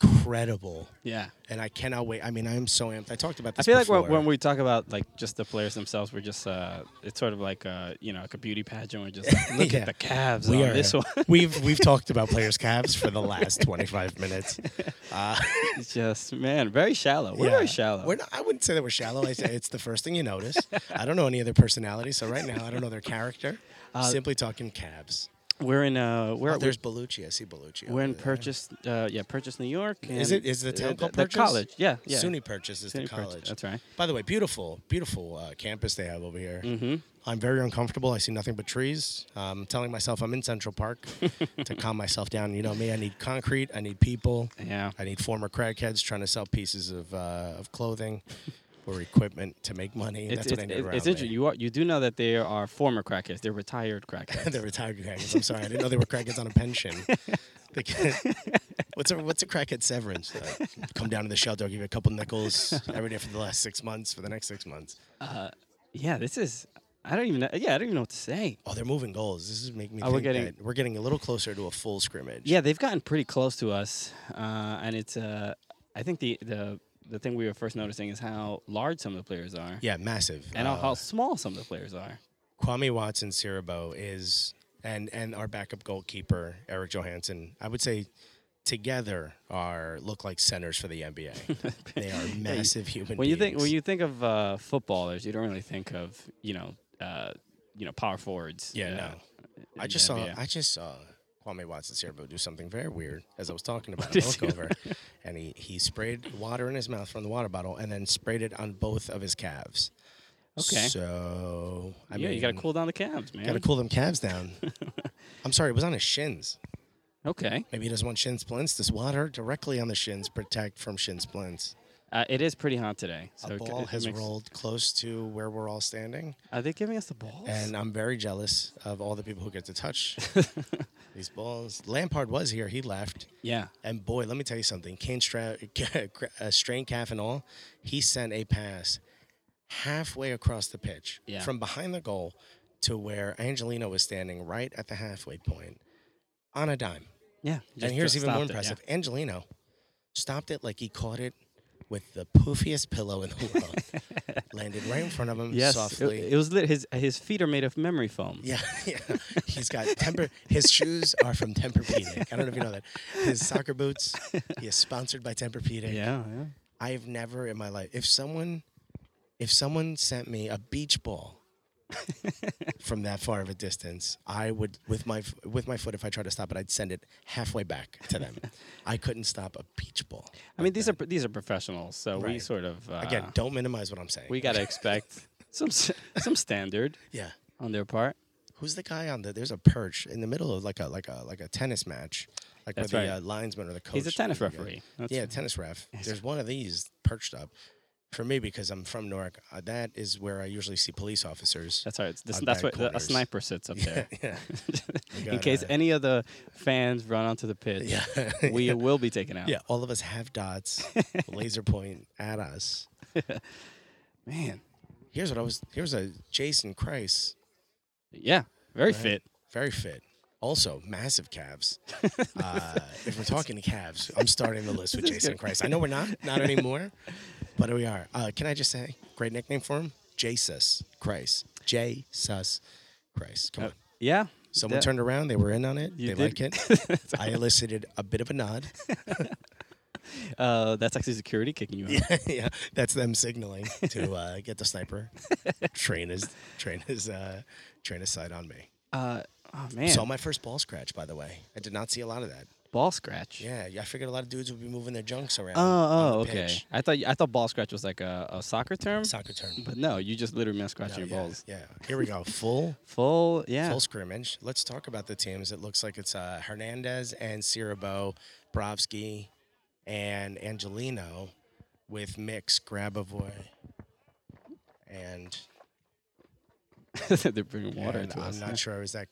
S3: incredible,
S2: Yeah.
S3: and I cannot wait. I mean, I am so amped. I talked about
S2: I
S3: this.
S2: feel like when,
S3: before.
S2: when we talk about like just the players themselves, we're just uh, it's sort of like uh, you know like a beauty pageant.
S7: [laughs]
S2: We're just like, look
S3: Yeah.
S2: at the calves
S3: we
S2: on
S3: are
S2: this [laughs] one.
S3: [laughs] we've we've talked about players' calves for the last 25 minutes.
S2: it's just man, very shallow. [laughs] We're
S3: Yeah.
S2: very shallow.
S3: We're not, I wouldn't say that we're shallow. I say it's the first thing
S2: [laughs]
S3: you notice. I don't know any of their personality, so right now I don't know
S2: [laughs]
S3: their character. Simply talking cabs.
S2: We're in uh, we're
S3: Oh, there's Bellucci. I see Bellucci.
S2: we're in
S3: over there.
S2: Purchase, uh, yeah, Purchase, New York.
S3: Is
S2: and
S3: it is the
S2: the-
S3: town
S2: the-
S3: called
S2: the
S3: Purchase?
S2: college, yeah, yeah.
S3: SUNY Purchase is
S2: SUNY
S3: the
S2: Purchase,
S3: college.
S2: that's right.
S3: By the way, beautiful, beautiful uh, campus they have over here. Mm-hmm. I'm very uncomfortable. I see nothing but trees. Um, I'm telling myself I'm in
S2: [laughs]
S3: Central Park to calm myself down. You know me. I need concrete. I need people.
S2: Yeah.
S3: I need former crackheads trying to sell pieces of uh, of
S2: [laughs]
S3: clothing or equipment to make money.
S2: It's,
S3: that's
S2: it's,
S3: what I need
S2: it's,
S3: around
S2: it's
S3: me.
S2: interesting. You are, you do know that they are former crackheads. They're retired crackheads.
S3: [laughs] They're retired crackheads. I'm sorry, I didn't know they were crackheads on a
S2: [laughs]
S3: pension. They can- [laughs] what's a what's a crackhead severance? though? come down to the shelter, I'll give you a couple nickels every day for the last six months, for the next six months.
S2: yeah, this is. I don't even. Know, yeah, I don't even know what to say.
S3: Oh, they're moving goals. This is making me
S2: Oh,
S3: think
S2: we're
S3: we're
S2: getting-
S3: getting, that we're getting a little closer to a full scrimmage.
S2: Yeah, they've gotten pretty close to us, uh, and it's. Uh, I think the the the thing we were first noticing is how large some of the players are,
S3: Yeah, massive.
S2: and how,
S3: Uh,
S2: how small some of the players are.
S3: Kwame Watson Cirebo is and and our backup goalkeeper Eric Johansson. I would say together are look like centers for the
S2: [laughs]
S3: NBA. they are massive human
S2: When you
S3: beings.
S2: think when you think of uh, footballers, you don't really think of you know uh, you know power forwards.
S3: Yeah,
S2: uh,
S3: no. I
S2: in
S3: just
S2: the
S3: saw
S2: NBA.
S3: I just saw Kwame Watson Cerebo do something very weird as I was
S2: [laughs]
S3: talking about
S2: did
S3: it
S2: you-
S3: over. and he, he sprayed water in his mouth from the water bottle and then sprayed it on both of his calves.
S2: Okay.
S3: So I
S2: yeah,
S3: mean
S2: you gotta cool down the calves, man.
S3: gotta cool them calves down.
S2: [laughs]
S3: I'm sorry, it was on his shins.
S2: Okay,
S3: Maybe he doesn't want shin splints. This water directly on the shins protect from shin splints.
S2: uh, it is pretty hot today. So
S3: a
S2: it c-
S3: ball
S2: it
S3: has
S2: makes-
S3: rolled close to where we're all standing,
S2: Are they giving us the balls?
S3: and I'm very jealous of all the people who get
S2: [laughs]
S3: to touch these balls. Lampard was here; he left,
S2: yeah,
S3: and boy, let me tell you something. Kane stra- [laughs] uh, strained calf and all, he sent a pass halfway across the pitch
S2: Yeah.
S3: from behind the goal to where Angelino was standing, right at the halfway point, on a dime.
S2: yeah. just
S3: and here's
S2: st-
S3: even more
S2: stopped it, yeah.
S3: impressive. Angelino stopped it like he caught it with the poofiest pillow in the
S2: [laughs]
S3: world. Landed right in front of him
S2: Yes, it-
S3: softly.
S2: It, was lit. His his feet are made of memory foam.
S3: yeah, [laughs] yeah. He's got temper. His shoes are from Tempur-Pedic. I don't know if you know that. His soccer boots. He is sponsored by Tempur-Pedic.
S2: yeah, yeah.
S3: I have never in my life. If someone, if someone sent me a beach
S2: [laughs]
S3: ball from that far of a distance, I would with my f- with my foot. If I tried to stop it, I'd send it halfway back
S2: [laughs]
S3: to them. I couldn't stop a beach ball.
S2: I mean, these are these are professionals, so we
S3: Right.
S2: sort of uh,
S3: Again, don't minimize what I'm saying.
S2: we gotta expect [laughs] some s- some standard
S3: yeah.
S2: on their part.
S3: Who's the guy on the? There's a perch in the middle of like a like a like a tennis match, like
S2: That's
S3: where
S2: right.
S3: the uh, linesman or the coach.
S2: He's a tennis
S3: you go.
S2: referee. That's-
S3: yeah, tennis ref. There's one of these perched up. For me, because I'm from Newark, uh, that is where I usually see police officers.
S2: That's all right. This,
S3: on
S2: that's
S3: bad
S2: what the- a
S3: corners.
S2: sniper sits up [laughs] there.
S3: [laughs] Yeah.
S2: In case
S3: gotta-
S2: any of the fans run onto the pitch,
S3: Yeah. [laughs]
S2: we will be taken out.
S3: Yeah, all of us have
S2: [laughs]
S3: dots, laser point at us.
S2: man.
S3: Here's what I was. Here's a Jason Christ,
S2: Yeah, very fit.
S3: very fit, also
S2: [laughs]
S3: massive calves. uh, if we're talking to calves, I'm starting
S2: [laughs]
S3: the list with Jason Christ. I know we're not, not anymore, but we are. Uh, can I just say, great nickname for him, Jesus Christ, Jesus Christ. Come on.
S2: Yeah.
S3: Someone
S2: Uh, that-
S3: turned around. They were in on it.
S2: You
S3: they like
S2: did- [laughs]
S3: it. I elicited a bit of a nod. [laughs]
S2: Uh, that's actually security kicking you out.
S3: yeah, that's them signaling to uh, get the sniper. train his train his uh, train his sight on me.
S2: Uh, oh man,
S3: Saw my first ball scratch, by the way. I did not see a lot of that.
S2: ball scratch.
S3: Yeah, I figured a lot of dudes would be moving their junks around.
S2: Oh,
S3: on
S2: oh,
S3: the
S2: okay.
S3: pitch.
S2: I thought I thought ball scratch was like a, a soccer term,
S3: Soccer term.
S2: but no, you just literally meant
S3: No,
S2: scratching your
S3: yeah,
S2: balls.
S3: Yeah. Here we go. Full
S2: Full, [laughs] yeah. [laughs]
S3: full scrimmage. Let's talk about the teams. It looks like it's uh, Hernandez and Cirebo, Brovsky, and Angelino with Mix, Grabovoy, and
S2: They're bringing water
S3: and
S2: to
S3: I'm
S2: us.
S3: not sure I was that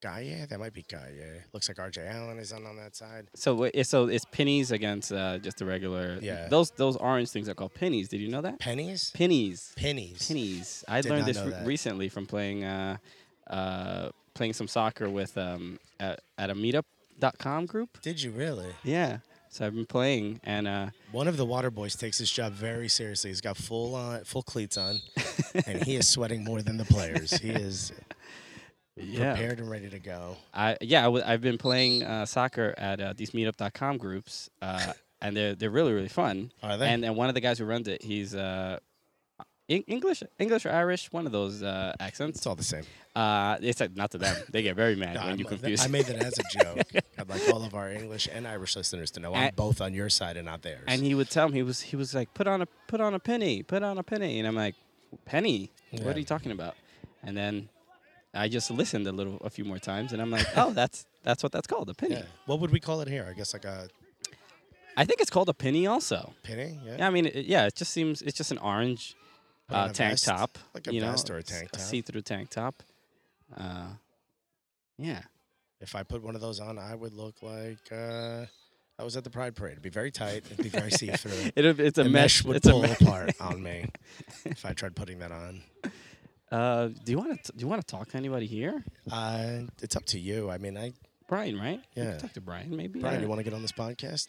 S3: Gaia? That might be Gaia. Looks like RJ Allen is on on that side.
S2: So wait, it's- so it's pennies against uh, just the regular.
S3: Yeah.
S2: Those those orange things are called pennies. Did you know that?
S3: Pennies?
S2: Pennies.
S3: Pennies.
S2: Pennies. I
S3: Did
S2: learned
S3: not
S2: this
S3: know
S2: re-
S3: that.
S2: recently from playing uh, uh, playing some soccer with um, at, at a meetup.com group.
S3: Did you really?
S2: Yeah. So I've been playing and uh,
S3: One of the water boys takes his job very seriously. He's got full on, full cleats on, and he is sweating more than the players. He is
S2: [laughs] yeah.
S3: prepared and ready to go.
S2: I yeah, I w- I've been playing uh, soccer at uh, these meetup.com groups,
S3: [laughs]
S2: uh, and they're they're really really fun.
S3: Are they?
S2: And and one of the guys who runs it, he's uh, Eng- English English or Irish, one of those uh, accents.
S3: It's all the same.
S2: Uh, it's like not to them; they get very mad
S3: [laughs] No,
S2: when
S3: I'm-
S2: you confuse.
S3: I made that as a joke.
S2: [laughs]
S3: I'd like all of our English and Irish listeners to know I'm
S2: And-
S3: both on your side and not theirs.
S2: and he would tell me he was he was like put on a put on a penny, put on a penny, and I'm like penny,
S3: Yeah.
S2: what are you talking about? And then I just listened a little a few more times, and I'm
S3: [laughs]
S2: like, oh, that's that's what that's called, a penny.
S3: Yeah. What would we call it here? I guess like a
S2: I think it's called a penny also.
S3: penny. Yeah.
S2: Yeah, I mean, it, yeah, it just seems it's just an orange
S3: Or
S2: uh,
S3: a
S2: tank
S3: vest,
S2: top,
S3: like a
S2: you know,
S3: vest or a
S2: s-
S3: tank top.
S2: see-through tank top. Uh, yeah,
S3: If I put one of those on, I would look like uh, I was at the Pride Parade. It'd be very tight. It'd be
S2: [laughs]
S3: very see through.
S2: it, it's a
S3: the
S2: mesh.
S3: mesh would
S2: it's a
S3: pull
S2: mesh.
S3: apart on me if I tried putting that on.
S2: [laughs] Uh, do you want to do you want to talk to anybody here,
S3: Uh, it's up to you. I mean, I
S2: Brian? Right? You can
S3: Yeah.
S2: talk to Brian, maybe.
S3: Brian, you want to get on this podcast?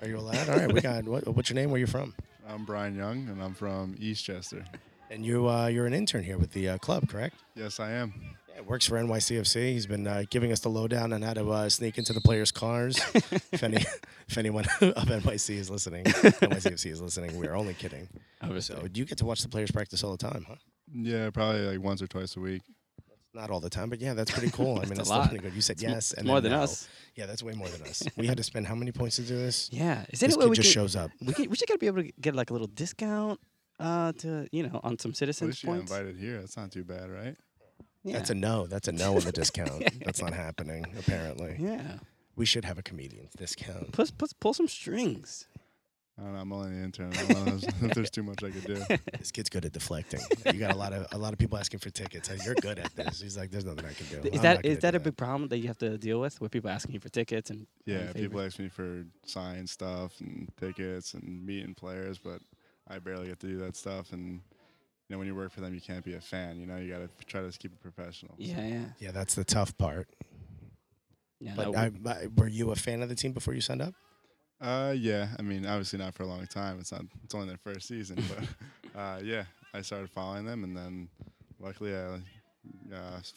S3: Are you allowed? All right, we got what, what's your name? Where you from?
S8: I'm Brian Young, and I'm from Eastchester.
S3: And you uh, you're an intern here with the uh, club, correct?
S8: Yes, I am.
S3: Yeah, works for NYCFC. He's been uh, giving us the lowdown on how to uh, sneak into the
S2: [laughs]
S3: players' cars. if any, if anyone of NYC is listening, NYCFC is listening. We're only kidding.
S2: Obviously.
S3: So you get to watch the players practice all the time, huh?
S8: Yeah, probably like once or twice a week.
S3: Not all the time, but yeah, that's
S2: [laughs]
S3: pretty cool. I mean,
S2: a
S3: that's
S2: lot.
S3: pretty good. You said
S2: m-
S3: yes,
S2: it's
S3: and
S2: more
S3: then
S2: than
S3: no.
S2: us.
S3: Yeah, that's way more than us. we had to spend how many points to do this?
S2: Yeah. Is there any
S3: This
S2: way
S3: kid
S2: we
S3: just
S2: could-
S3: shows up.
S2: We, could, we should gotta be able to get like a little discount uh, to you know on some
S8: At
S2: citizens
S8: least you got
S2: points.
S8: invited here. That's not too bad, right?
S2: Yeah.
S3: That's a no. That's a no on
S2: [laughs]
S3: the discount. that's not happening. Apparently,
S2: yeah.
S3: we should have a comedian's discount.
S2: Pull, pull, pull some strings.
S8: I don't know. I'm only an intern. I don't know if there's [laughs] too much I could do.
S3: This kid's good at deflecting. You got a lot of a lot of people asking for tickets. Hey, You're good at this. He's like, there's nothing I can do.
S2: Is
S3: I'm not
S2: that
S3: gonna
S2: is
S3: do
S2: that a big problem that you have to deal with with people asking you for tickets and and
S8: Yeah, people
S2: favors?
S8: ask me for signed stuff and tickets and meeting players, but I barely get to do that stuff. And you know, when you work for them, you can't be a fan. You know, you got to try to keep it professional.
S2: yeah yeah
S3: Yeah, that's the tough part.
S2: yeah
S3: But
S2: no,
S3: I, I, were you a fan of the team before you signed up?
S8: Uh, yeah. I mean, obviously not for a long time. It's not. It's only their first season, but uh, yeah, I started following them, and then luckily I uh, s-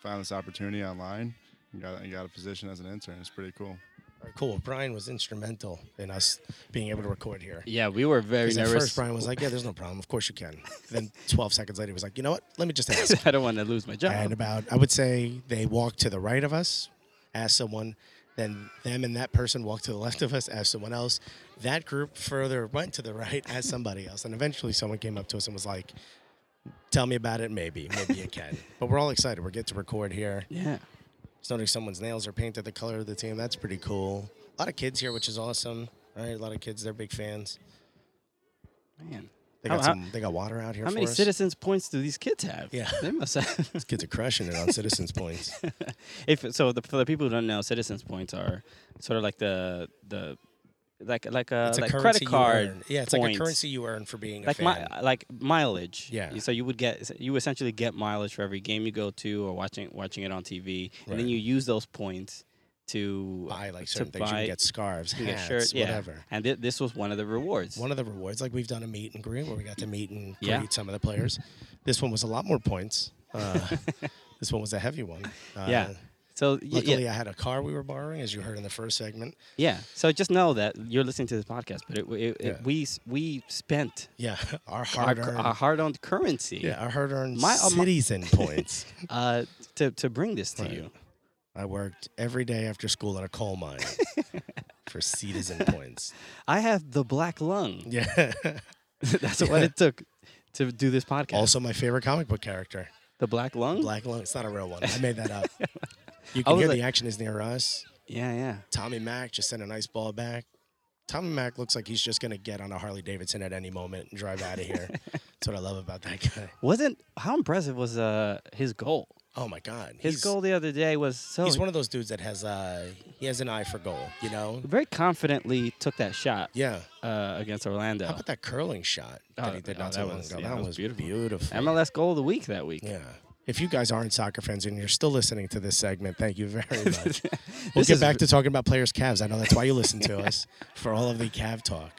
S8: found this opportunity online. And got, and got a position as an intern. It's pretty
S3: All
S8: cool.
S3: right, cool. Brian was instrumental in us being able to record here.
S2: yeah we were very
S3: 'Cause at
S2: nervous
S3: first, Brian was like, "Yeah, there's no problem. Of course you can." Then 12 seconds later, he was like, "You know what? Let me just
S2: [laughs]
S3: ask."
S2: I don't want to lose my job
S3: and about I would say they walked to the right of us, asked someone, then them and that person walked to the left of us, asked someone else. That group further went to the right, asked somebody else, and eventually someone came up to us and was like, "Tell me about it, maybe, maybe you
S2: [laughs]
S3: can." but we're all excited. We're getting to record here.
S2: yeah
S3: It's noticing someone's nails are painted the color of the team. That's pretty cool. A lot of kids here, which is awesome. All right, a lot of kids. They're big fans.
S2: man
S3: They got
S2: How- how-
S3: some. They got water out here.
S2: how
S3: for
S2: many
S3: us.
S2: citizens points do these kids have
S3: Yeah.
S2: they must have [laughs]
S3: Kids are crushing it on citizens' points.
S2: if so the, for the people who don't know citizens points are sort of like the the like like a,
S3: It's
S2: Uh, like
S3: a currency
S2: credit
S3: you
S2: card
S3: earn. Yeah, it's like
S2: points.
S3: a currency you earn for being a
S2: like uh,
S3: fan.
S2: mi- like mileage.
S3: Yeah.
S2: So you would get you essentially get mileage for every game you go to or watching watching it on TV, and then
S3: Right.
S2: you use those points to
S3: buy like
S2: to
S3: certain things. you
S2: buy-
S3: can get scarves,
S2: you can
S3: hats,
S2: shirts, yeah.
S3: whatever.
S2: And thi- this was one of the rewards.
S3: One of the rewards, like we've done a meet and greet where we got to meet and greet
S2: Yeah.
S3: some of the players. This one was a lot more points. Uh,
S2: [laughs]
S3: this one was a heavy one. Uh,
S2: yeah. So y-
S3: Luckily,
S2: yeah,
S3: I had a car we were borrowing, as you heard in the first segment.
S2: yeah. So just know that you're listening to this podcast, but it, it, it,
S3: Yeah.
S2: we s- we spent
S3: Yeah, [laughs] our
S2: our,
S3: hard
S2: cur-
S3: earned,
S2: our hard-earned currency
S3: yeah, our hard earned
S2: My- uh, my- [laughs]
S3: citizen points.
S2: uh, to to bring this to
S3: Right.
S2: you.
S3: I worked every day after school at a coal
S2: [laughs]
S3: mine for citizen points.
S2: I have the black lung. [laughs]
S3: Yeah.
S2: That's what it took to do this podcast.
S3: also, my favorite comic book character.
S2: the black lung.
S3: Black Lung. It's not a real one. I
S2: [laughs]
S3: made that up. You
S2: I
S3: can
S2: was
S3: hear
S2: like-
S3: the action is near us.
S2: Yeah, yeah.
S3: Tommy Mack just sent a nice ball back. Tommy Mack looks like he's just gonna get on a Harley Davidson at any moment
S2: [laughs]
S3: and drive out of here. That's what I love about that guy.
S2: Wasn't how impressive was uh his goal?
S3: Oh my God,
S2: His
S3: he's,
S2: goal the other day was so
S3: He's one of those dudes that has uh, he has an eye for goal. You know.
S2: very confidently took that shot
S3: Yeah.
S2: uh, against Orlando.
S3: How about that curling shot
S2: Oh,
S3: that he did
S2: oh,
S3: not
S2: that
S3: so long
S2: was-
S3: ago?
S2: yeah,
S3: that, was, beautiful.
S2: MLS goal of the week that week.
S3: Yeah. If you guys aren't soccer fans and you're still listening to this segment, thank
S2: [laughs]
S3: you very much. we'll
S2: This
S3: get
S2: is-
S3: back to talking about players' Cavs. I know that's why you
S2: [laughs]
S3: listen to us for all of the Cav talk.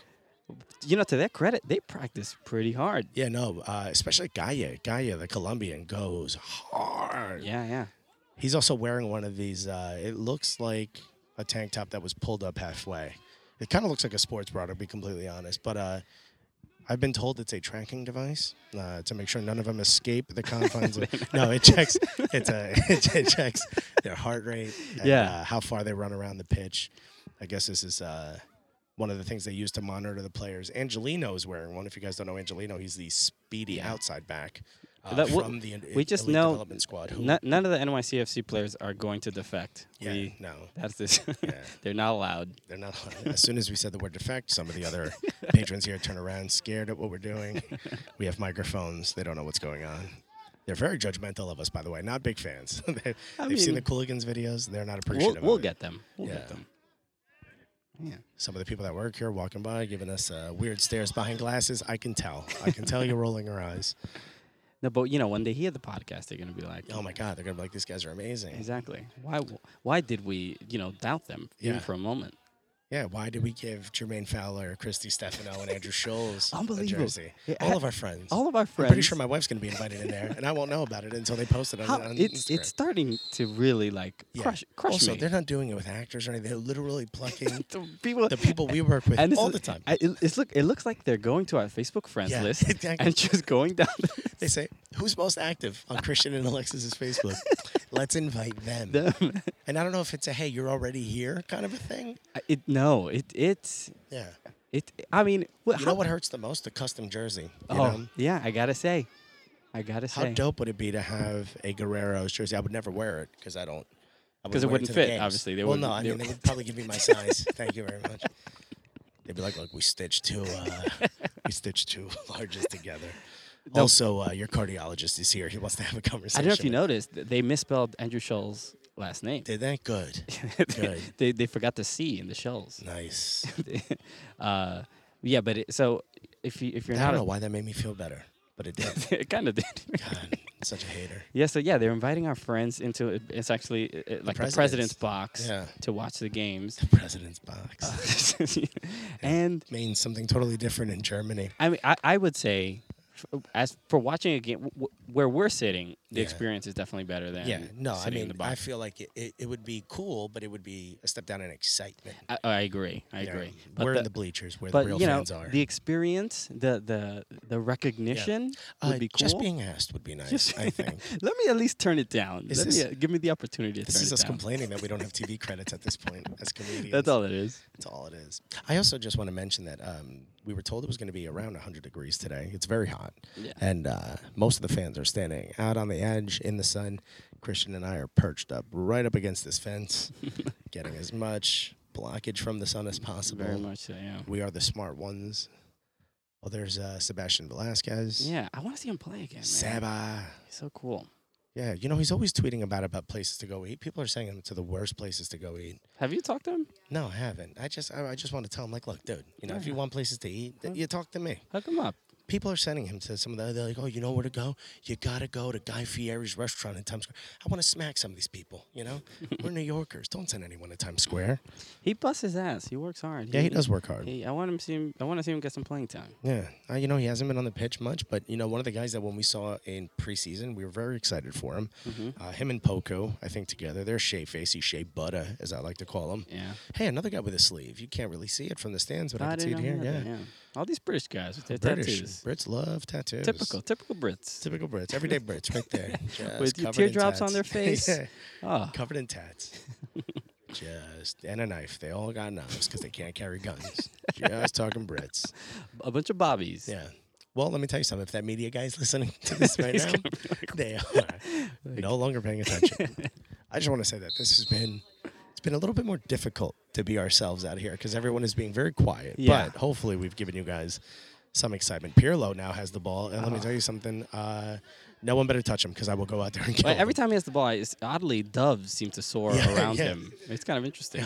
S2: You know, to their credit, they practiced pretty hard.
S3: Yeah, no, uh, especially Gaia. Gaia, the Colombian, goes hard.
S2: Yeah, yeah.
S3: He's also wearing one of these. Uh, it looks like a tank top that was pulled up halfway. It kind of looks like a sports bra, to be completely honest. But uh, I've been told it's a tracking device uh, to make sure none of them escape the confines.
S2: [laughs]
S3: of, no, it checks. It's a, [laughs] it, checks their heart rate. and,
S2: Yeah.
S3: uh, how far they run around the pitch. I guess this is uh, one of the things they use to monitor the players. Angelino is wearing one. If you guys don't know Angelino, he's the speedy outside back uh,
S2: That- wh-
S3: from the uh,
S2: we just
S3: elite
S2: know
S3: development squad. Who,
S2: N- none of the NYCFC players are going to defect.
S3: yeah,
S2: We-
S3: no.
S2: that's [laughs] this. They're not allowed.
S3: They're not. As soon as we said the word defect, some of the other patrons here turn around, scared at what we're doing. We have microphones. They don't know what's going on. They're very judgmental of us, by the way. Not big fans. [laughs] they, they've seen the
S2: mean-
S3: Cooligans videos. They're not
S2: We'll,
S3: appreciative.
S2: we'll
S3: of it.
S2: get them. We'll
S3: Yeah.
S2: get them.
S3: some of the people that work here walking by, giving us uh, weird stares behind glasses. I can tell. I can tell you're rolling your eyes.
S2: No, but you know, when they hear the podcast, they're going to be like,
S3: Oh my God! They're gonna be like, these guys are amazing.
S2: exactly. Why? Why did we, you know, doubt them
S3: Yeah.
S2: even for a moment?
S3: Yeah, why did we give Jermaine Fowler, Christy Stefano, and Andrew Scholes a
S2: Unbelievable.
S3: jersey?
S2: Yeah,
S3: All
S2: I-
S3: of our friends.
S2: All of our
S3: I'm
S2: friends.
S3: pretty sure my wife's going to be invited in there, and I won't know about it until they post it on,
S2: How-
S3: on
S2: it's
S3: Instagram.
S2: it's starting to really like
S3: Yeah.
S2: crush crush
S3: also,
S2: me. [laughs]
S3: they're not doing it with actors or anything. They're literally plucking
S2: The people
S3: the people
S2: [laughs]
S3: we work with
S2: and this
S3: all
S2: is-
S3: the time.
S2: I, it, it's look, it looks like they're going to our Facebook friends
S3: Yeah, [laughs]
S2: list
S3: exactly.
S2: and just going down.
S3: [laughs] they say, "Who's most active on Christian and
S2: [laughs]
S3: Alexis's Facebook? Let's invite them."
S2: them.
S3: And I don't know if it's a "Hey, you're already here" kind of a thing.
S2: I- It no, it it's
S3: Yeah.
S2: it. I mean, what,
S3: You
S2: how,
S3: know what hurts the most? The custom jersey. You
S2: Oh
S3: know?
S2: yeah, I gotta say, I gotta
S3: How
S2: say,
S3: dope would it be to have a Guerrero's jersey? I would never wear it because I don't. I
S2: 'Cause it
S3: wear
S2: wouldn't
S3: to the
S2: fit,
S3: games.
S2: obviously. They
S3: well, no, I
S2: wouldn't-
S3: mean
S2: they- [laughs]
S3: they would probably give me my size. Thank you very much. They'd be like, "Look, we stitched
S2: [laughs]
S3: two, uh, we stitched two [laughs] larges together." Also, uh, your cardiologist is here. He wants to have a conversation.
S2: I don't know if you
S3: with-
S2: noticed th- they misspelled Andrew Scholl's last name.
S3: Did that
S2: [laughs]
S3: good.
S2: they,
S3: Good.
S2: they they forgot the C in the
S3: [laughs]
S2: Shells.
S3: Nice.
S2: [laughs] uh, yeah, but it, so if you if you're
S3: I
S2: not
S3: don't
S2: a-
S3: know why that made me feel better, but it
S2: [laughs]
S3: did.
S2: it kind of did.
S3: God, such a hater.
S2: yeah, so yeah, they're inviting our friends into it- it's actually uh, uh, like the
S3: president's.
S2: president's box
S3: Yeah.
S2: to watch the
S3: [laughs]
S2: games, [laughs]
S3: President's box
S2: Uh. and
S3: means something totally different in Germany.
S2: I mean, I, I would say, f- as for watching a game w- w- where we're sitting, the
S3: Yeah.
S2: experience is definitely better than
S3: Yeah, no, I
S2: sitting in
S3: mean,
S2: the
S3: I
S2: box.
S3: feel like it, it, it would be cool, but it would be a step down in excitement.
S2: I, oh, I agree, I
S3: Yeah,
S2: agree.
S3: we're in the bleachers where
S2: but
S3: the real
S2: you know,
S3: fans are.
S2: the experience, the the the recognition
S3: Uh,
S2: would be cool.
S3: Just
S2: [laughs]
S3: being asked would be nice,
S2: Just-
S3: I think.
S2: Let me at least turn it down.
S3: Is
S2: Let
S3: this-
S2: me, uh, give me the opportunity to
S3: This
S2: turn
S3: is
S2: it
S3: us
S2: down.
S3: complaining that we don't
S2: [laughs]
S3: have TV credits at this point as comedians.
S2: That's all it is.
S3: That's all it is. I also just want to mention that um, we were told it was going to be around 100 degrees today. It's very hot.
S2: Yeah.
S3: And uh, most of the fans are standing out on the edge in the sun. Christian and I are perched up right up against
S2: [laughs]
S3: this fence, getting as much blockage from the sun as possible.
S2: Very much so. Yeah.
S3: We are the smart ones. Oh, there's uh, Sebastian Velasquez.
S2: Yeah, I want to see him play again. Man.
S3: Saba.
S2: He's so cool.
S3: Yeah, you know, he's always tweeting about about places to go eat. People are saying him to the worst places to go eat.
S2: Have you talked to him?
S3: No, I haven't. I just I, I just want to tell him like, look, dude, you know, if you want places to eat, th- you talk to me.
S2: Hook him up.
S3: People are sending him to some of the they're like, oh, you know where to go? You gotta go to Guy Fieri's restaurant in Times Square. I want to smack some of these people. You know, we're New Yorkers. Don't send anyone to Times Square.
S2: He busts his ass. He works hard.
S3: Yeah, he does work hard.
S2: He, I want him to see him. I want to see him get some playing time.
S3: Yeah, uh, you know he hasn't been on the pitch much, but you know one of the guys that when we saw in preseason, we were very excited for him.
S2: Mm-hmm.
S3: Uh, him and Poco, I think together, they're Shea Facey, Shea Butter, as I like to call him.
S2: Yeah.
S3: Hey, another guy with a sleeve. You can't really see it from the stands, but
S2: I
S3: I, can see it
S2: didn't
S3: here.
S2: know
S3: Yeah.
S2: that, All these British guys with their
S3: British
S2: tattoos.
S3: Brits love tattoos.
S2: Typical, typical Brits.
S3: typical Brits, everyday Brits, right there.
S2: [laughs] With
S3: Just
S2: your
S3: covered in
S2: teardrops on
S3: tats. [laughs]
S2: their face.
S3: Yeah,
S2: Oh,
S3: covered in tats.
S2: [laughs]
S3: Just and a knife. They all got knives because they can't carry guns. Just talking Brits.
S2: a bunch of bobbies.
S3: Yeah. Well, let me tell you something. If that media guy's listening
S2: [laughs]
S3: to this right now, they are no longer
S2: [laughs]
S3: paying attention. I just want to say that this has been it's been a little bit more difficult to be ourselves out here because everyone is being very quiet.
S2: Yeah.
S3: But
S2: Ah.
S3: hopefully, we've given you guys some excitement. Pirlo now has the ball, and let me tell you something. Uh, No one better touch him because I will go out there and kill
S2: But
S3: him.
S2: every time he has the ball, it's oddly doves seem to soar
S3: Yeah, [laughs]
S2: around
S3: yeah.
S2: him. It's kind of interesting.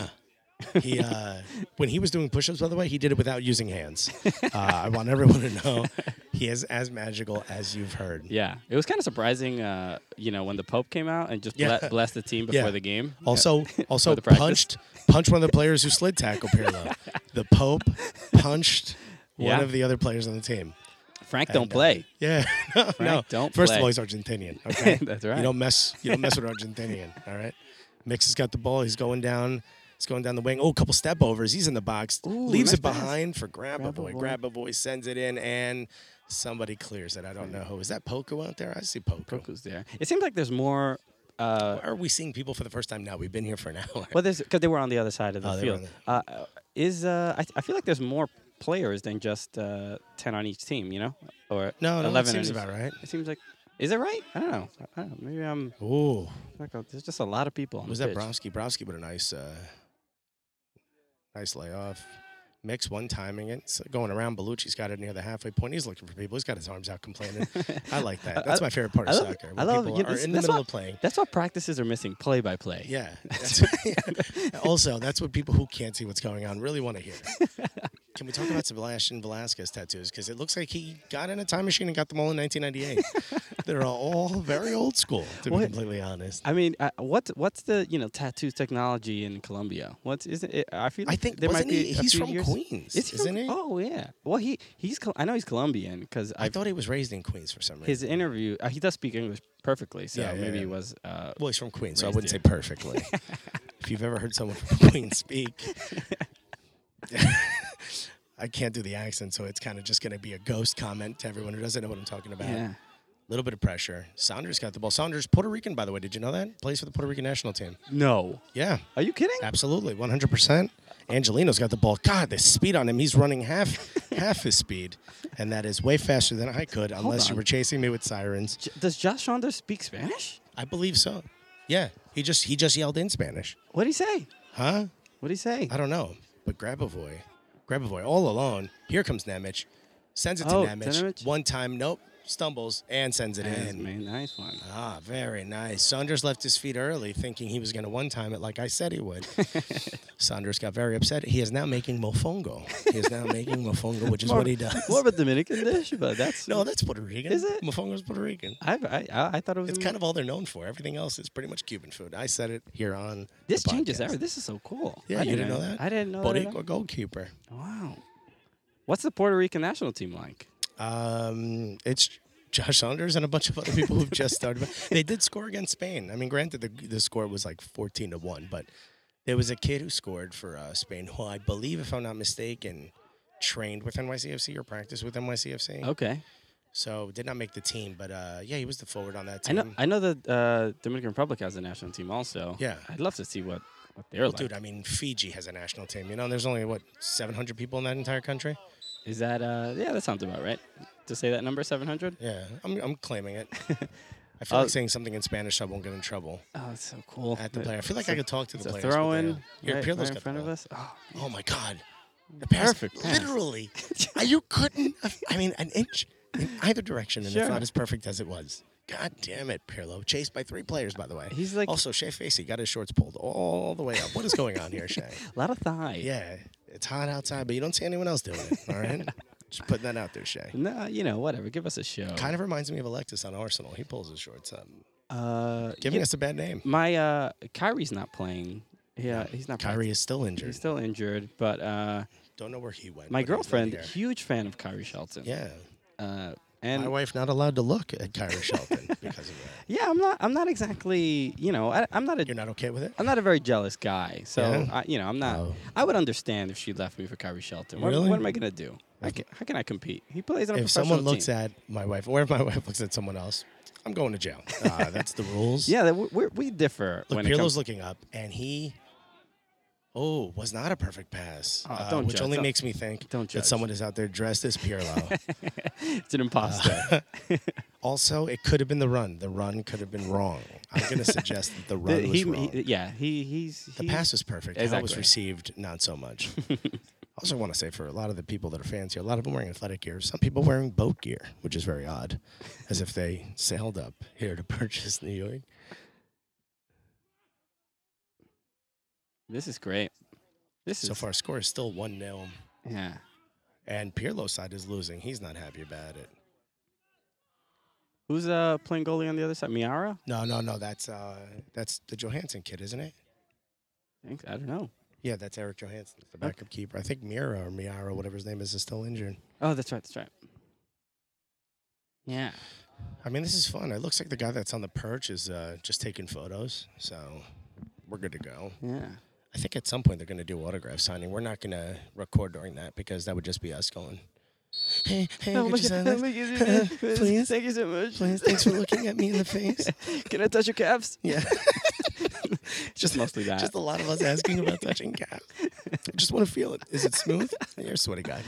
S2: [laughs]
S3: Yeah. he uh, when he was doing push-ups by the way he did it without using
S2: [laughs]
S3: hands uh, i want everyone to know he is as magical as you've heard
S2: Yeah, it was kind of surprising, uh, you know, when the Pope came out and just
S3: Yeah.
S2: ble- blessed the
S3: [laughs]
S2: team before the game. [laughs]
S3: also also
S2: the practice.
S3: punched punched one of the players who slid tackle
S2: [laughs]
S3: Pirlo the pope punched
S2: Yeah.
S3: one of the other players on the team
S2: Frank
S3: And,
S2: don't
S3: uh,
S2: play. [laughs]
S3: yeah [laughs] no, no.
S2: don't
S3: first
S2: play.
S3: of all he's argentinian
S2: [laughs]
S3: okay
S2: That's right.
S3: you don't mess you don't mess with argentinian all right mix has got the ball he's going down He's going down the wing. Oh, a couple step overs. He's in the box.
S2: Ooh,
S3: leaves
S2: nice
S3: it
S2: pass.
S3: behind for grab, a
S2: Grab a
S3: boy.
S2: boy.
S3: Grab a boy sends it in, and somebody clears it. I don't know who. Is that Poku out there? I see Poku.
S2: Goku's there. It seems like there's more. Uh,
S3: Why are we seeing people for the first time now? We've been here for an [laughs] hour.
S2: well, there's because they were on the other side of the
S3: Oh, they were on
S2: field. Uh, uh, is uh, I, th- I feel like there's more players than just uh, ten on each team, you know, or
S3: No, no, that
S2: eleven. on
S3: seems
S2: each-
S3: about right.
S2: It seems like. Is it right? I don't know. I don't know. Maybe I'm.
S3: Ooh,
S2: Like a, there's just a lot of people. On
S3: was
S2: the
S3: that
S2: pitch.
S3: Browski? Browski with a nice, uh, nice layoff. Mix one timing it, so going around. Belucci's got it near the halfway point. He's looking for people. He's got his arms out complaining. I
S2: [laughs]
S3: like that. That's my favorite part of
S2: I love-
S3: soccer.
S2: I
S3: When
S2: love
S3: people
S2: you-
S3: are
S2: this-
S3: in the
S2: that's
S3: middle
S2: why-
S3: of playing.
S2: That's why practices are missing play by play.
S3: Yeah.
S2: [laughs]
S3: that's what- yeah. Also, that's what [laughs] people who can't see what's going on really want
S2: [laughs]
S3: to hear. Can we talk about Sebastian Velasquez tattoos? Because it looks like he got in a time machine and got them all in
S2: [laughs]
S3: 1998. They're all very old school, to
S2: What?
S3: be completely honest.
S2: I mean, uh, what's what's the you know tattoos technology in Colombia? What's isn't it? I feel
S3: I
S2: like
S3: think-
S2: there might
S3: wasn't
S2: be
S3: he-
S2: a
S3: he's
S2: few
S3: from
S2: years-
S3: Queens,
S2: Is he from-
S3: isn't he?
S2: Oh yeah. Well, he he's Col- I know he's Colombian because
S3: I thought he was raised in Queens for some reason.
S2: his interview uh, he does speak English perfectly, so
S3: Yeah, yeah,
S2: maybe
S3: yeah.
S2: he was. Uh,
S3: Well, he's from Queens, so I
S2: Raised
S3: wouldn't
S2: here.
S3: say perfectly. if you've ever heard someone from Queens
S2: [laughs]
S3: speak, I can't do the accent, so it's kind of just going to be a ghost comment to everyone who doesn't know what I'm talking about.
S2: yeah.
S3: little bit of pressure. Saunders got the ball. Saunders, Puerto Rican, by the way. Did you know that? Plays for the Puerto Rican national team.
S2: No.
S3: Yeah,
S2: Are you kidding?
S3: absolutely, 100%. Angelino's got the ball. God, the speed on him. He's running half half his speed, and that is way faster than I could, unless you
S2: on.
S3: were chasing me with sirens.
S2: J- Does Josh Saunders speak Spanish?
S3: I believe so. Yeah, he just he just yelled in Spanish.
S2: What would he say?
S3: Huh?
S2: What would he say?
S3: I don't know. But Grabovoy, Grabovoy, all alone. Here comes Nemich. Sends it to
S2: Oh,
S3: Nemich.
S2: Nemec?
S3: One time, nope. Stumbles and sends it
S2: Nice,
S3: in.
S2: man, nice one.
S3: Ah, very nice. Saunders left his feet early, thinking he was going to one time it like I said he
S2: [laughs]
S3: would. Saunders got very upset. He is now making mofongo. He is now making mofongo, which is what he does.
S2: More of a Dominican dish, but [laughs] that's
S3: no, that's Puerto Rican.
S2: Is it?
S3: Mofongo's Puerto Rican.
S2: I, I I I thought it was.
S3: It's
S2: a-
S3: kind of all they're known for. Everything else is pretty much Cuban food. I said it here on
S2: This
S3: the
S2: changes
S3: podcast.
S2: everything. This is so cool.
S3: Yeah,
S2: I
S3: you didn't know that.
S2: I didn't know that. at all.
S3: Boricua goalkeeper.
S2: Wow. What's the Puerto Rican national team like?
S3: Um, it's Josh Saunders and a bunch of other people who've just
S2: [laughs]
S3: started. They did score against Spain. I mean, granted, the, the score was like 14 to 1, but there was a kid who scored for uh, Spain who I believe, if I'm not mistaken, trained with NYCFC or practiced with NYCFC.
S2: Okay.
S3: So did not make the team, but uh, yeah, he was the forward on that
S2: I
S3: team.
S2: know I know the uh, Dominican Republic has a national team also.
S3: Yeah.
S2: I'd love to see what, what they're like.
S3: Dude, I mean, Fiji has a national team, you know, and there's only, what, 700 people in that entire country?
S2: Is that uh yeah, that sounds about right. To say that number seven hundred?
S3: Yeah, I'm, I'm claiming
S2: [laughs]
S3: it. I feel
S2: Uh,
S3: like saying something in Spanish, so I won't get in trouble.
S2: Oh, that's so cool.
S3: at the
S2: That-
S3: player. I feel like
S2: it's
S3: I
S2: a-
S3: could talk to
S2: It's
S3: the
S2: a
S3: players. but
S2: throw
S3: they
S2: in
S3: don't. Your
S2: right,
S3: Pirlo's
S2: right in
S3: got the
S2: front of
S3: ball.
S2: us. Oh,
S3: Oh my god, the pass,
S2: Perfect pass. [laughs]
S3: Literally, you couldn't. I mean, an inch in either direction, and
S2: Sure.
S3: it's not as perfect as it was. God damn it, Pirlo! Chased by three players, by the way.
S2: He's like-
S3: also Shea Facey got his shorts pulled all the way up. What is going
S2: [laughs]
S3: on here, Shea?
S2: a lot of thigh.
S3: Yeah, it's hot outside, but you don't see anyone else doing it. All
S2: [laughs]
S3: right, just putting that out there, Shea.
S2: No, you know, whatever. Give us a show.
S3: Kind of reminds me of Alexis on Arsenal. He pulls his shorts up,
S2: uh
S3: giving
S2: you-
S3: us a bad name.
S2: my uh Kyrie's not playing. Yeah, he's not
S3: Kyrie is still
S2: practicing.
S3: injured.
S2: He's still injured, but uh
S3: don't know where he went.
S2: my
S3: but he's not
S2: girlfriend,
S3: here.
S2: huge fan of Kyrie Shelton.
S3: Yeah.
S2: Uh, and
S3: my wife not allowed to look at Kyrie
S2: [laughs]
S3: Shelton because of that.
S2: yeah, I'm not. I'm not exactly. You know, I, I'm not a.
S3: You're not okay with it?
S2: I'm not a very jealous guy. So
S3: Yeah?
S2: I, you know, I'm not.
S3: Oh.
S2: I would understand if she left me for Kyrie Shelton. What,
S3: Really?
S2: what am I gonna do? I can, how can I compete? He plays on a
S3: If
S2: professional
S3: someone looks
S2: team.
S3: at my wife, or if my [laughs] wife looks at someone else, I'm going to
S2: [laughs]
S3: jail. Uh, that's the rules.
S2: yeah, that- we're, we differ
S3: Look,
S2: when it
S3: Pirlo's
S2: comes.
S3: looking up, and he, oh, was not a perfect pass, uh,
S2: Oh, don't
S3: which
S2: judge,
S3: only
S2: don't-
S3: makes me think
S2: don't
S3: that
S2: judge.
S3: someone is out there dressed as
S2: [laughs]
S3: Pirlo.
S2: it's an
S3: [laughs]
S2: imposter.
S3: also, it could have been the run. The run could have been wrong. I'm going to suggest that the
S2: [laughs] The-
S3: run was
S2: he,
S3: wrong.
S2: he- yeah, he he's
S3: the
S2: he-
S3: pass was perfect. How it was
S2: Exactly.
S3: received, not so much. also want to say for a lot of the people that are fans here, a lot of them wearing athletic gear. Some people wearing boat gear, which is very odd, as if they sailed up here to [laughs] purchase New York.
S2: This is great. This is
S3: So far, score is still one 0
S2: Yeah.
S3: and Pirlo's side is losing. He's not happy about it.
S2: Who's uh playing goalie on the other side? Miara?
S3: No, no, no. That's uh, that's the Johansson kid, isn't it?
S2: I think I don't know.
S3: Yeah, that's Eric Johansson, the backup keeper. I think Mira or Miara, whatever his name is, is still injured.
S2: Oh, that's right. That's right. Yeah.
S3: I mean, this is fun. It looks like the guy that's on the perch is uh, just taking photos, so we're good to go.
S2: Yeah.
S3: I think at some point they're going to do autograph signing. We're not going to record during that because that would just be us going. Hey, hey,
S2: Oh
S3: could
S2: my
S3: you sign
S2: God,
S3: this?
S2: look at
S3: Uh, [laughs]
S2: this. [laughs]
S3: please,
S2: Thank you so much.
S3: please. Thanks for looking at me in
S2: [laughs]
S3: the face.
S2: Can I touch your calves?
S3: Yeah.
S2: Just mostly that.
S3: [laughs] Just a lot of us asking about touching caps. Just want to feel it. Is
S2: [laughs]
S3: it smooth? You're a sweaty guy.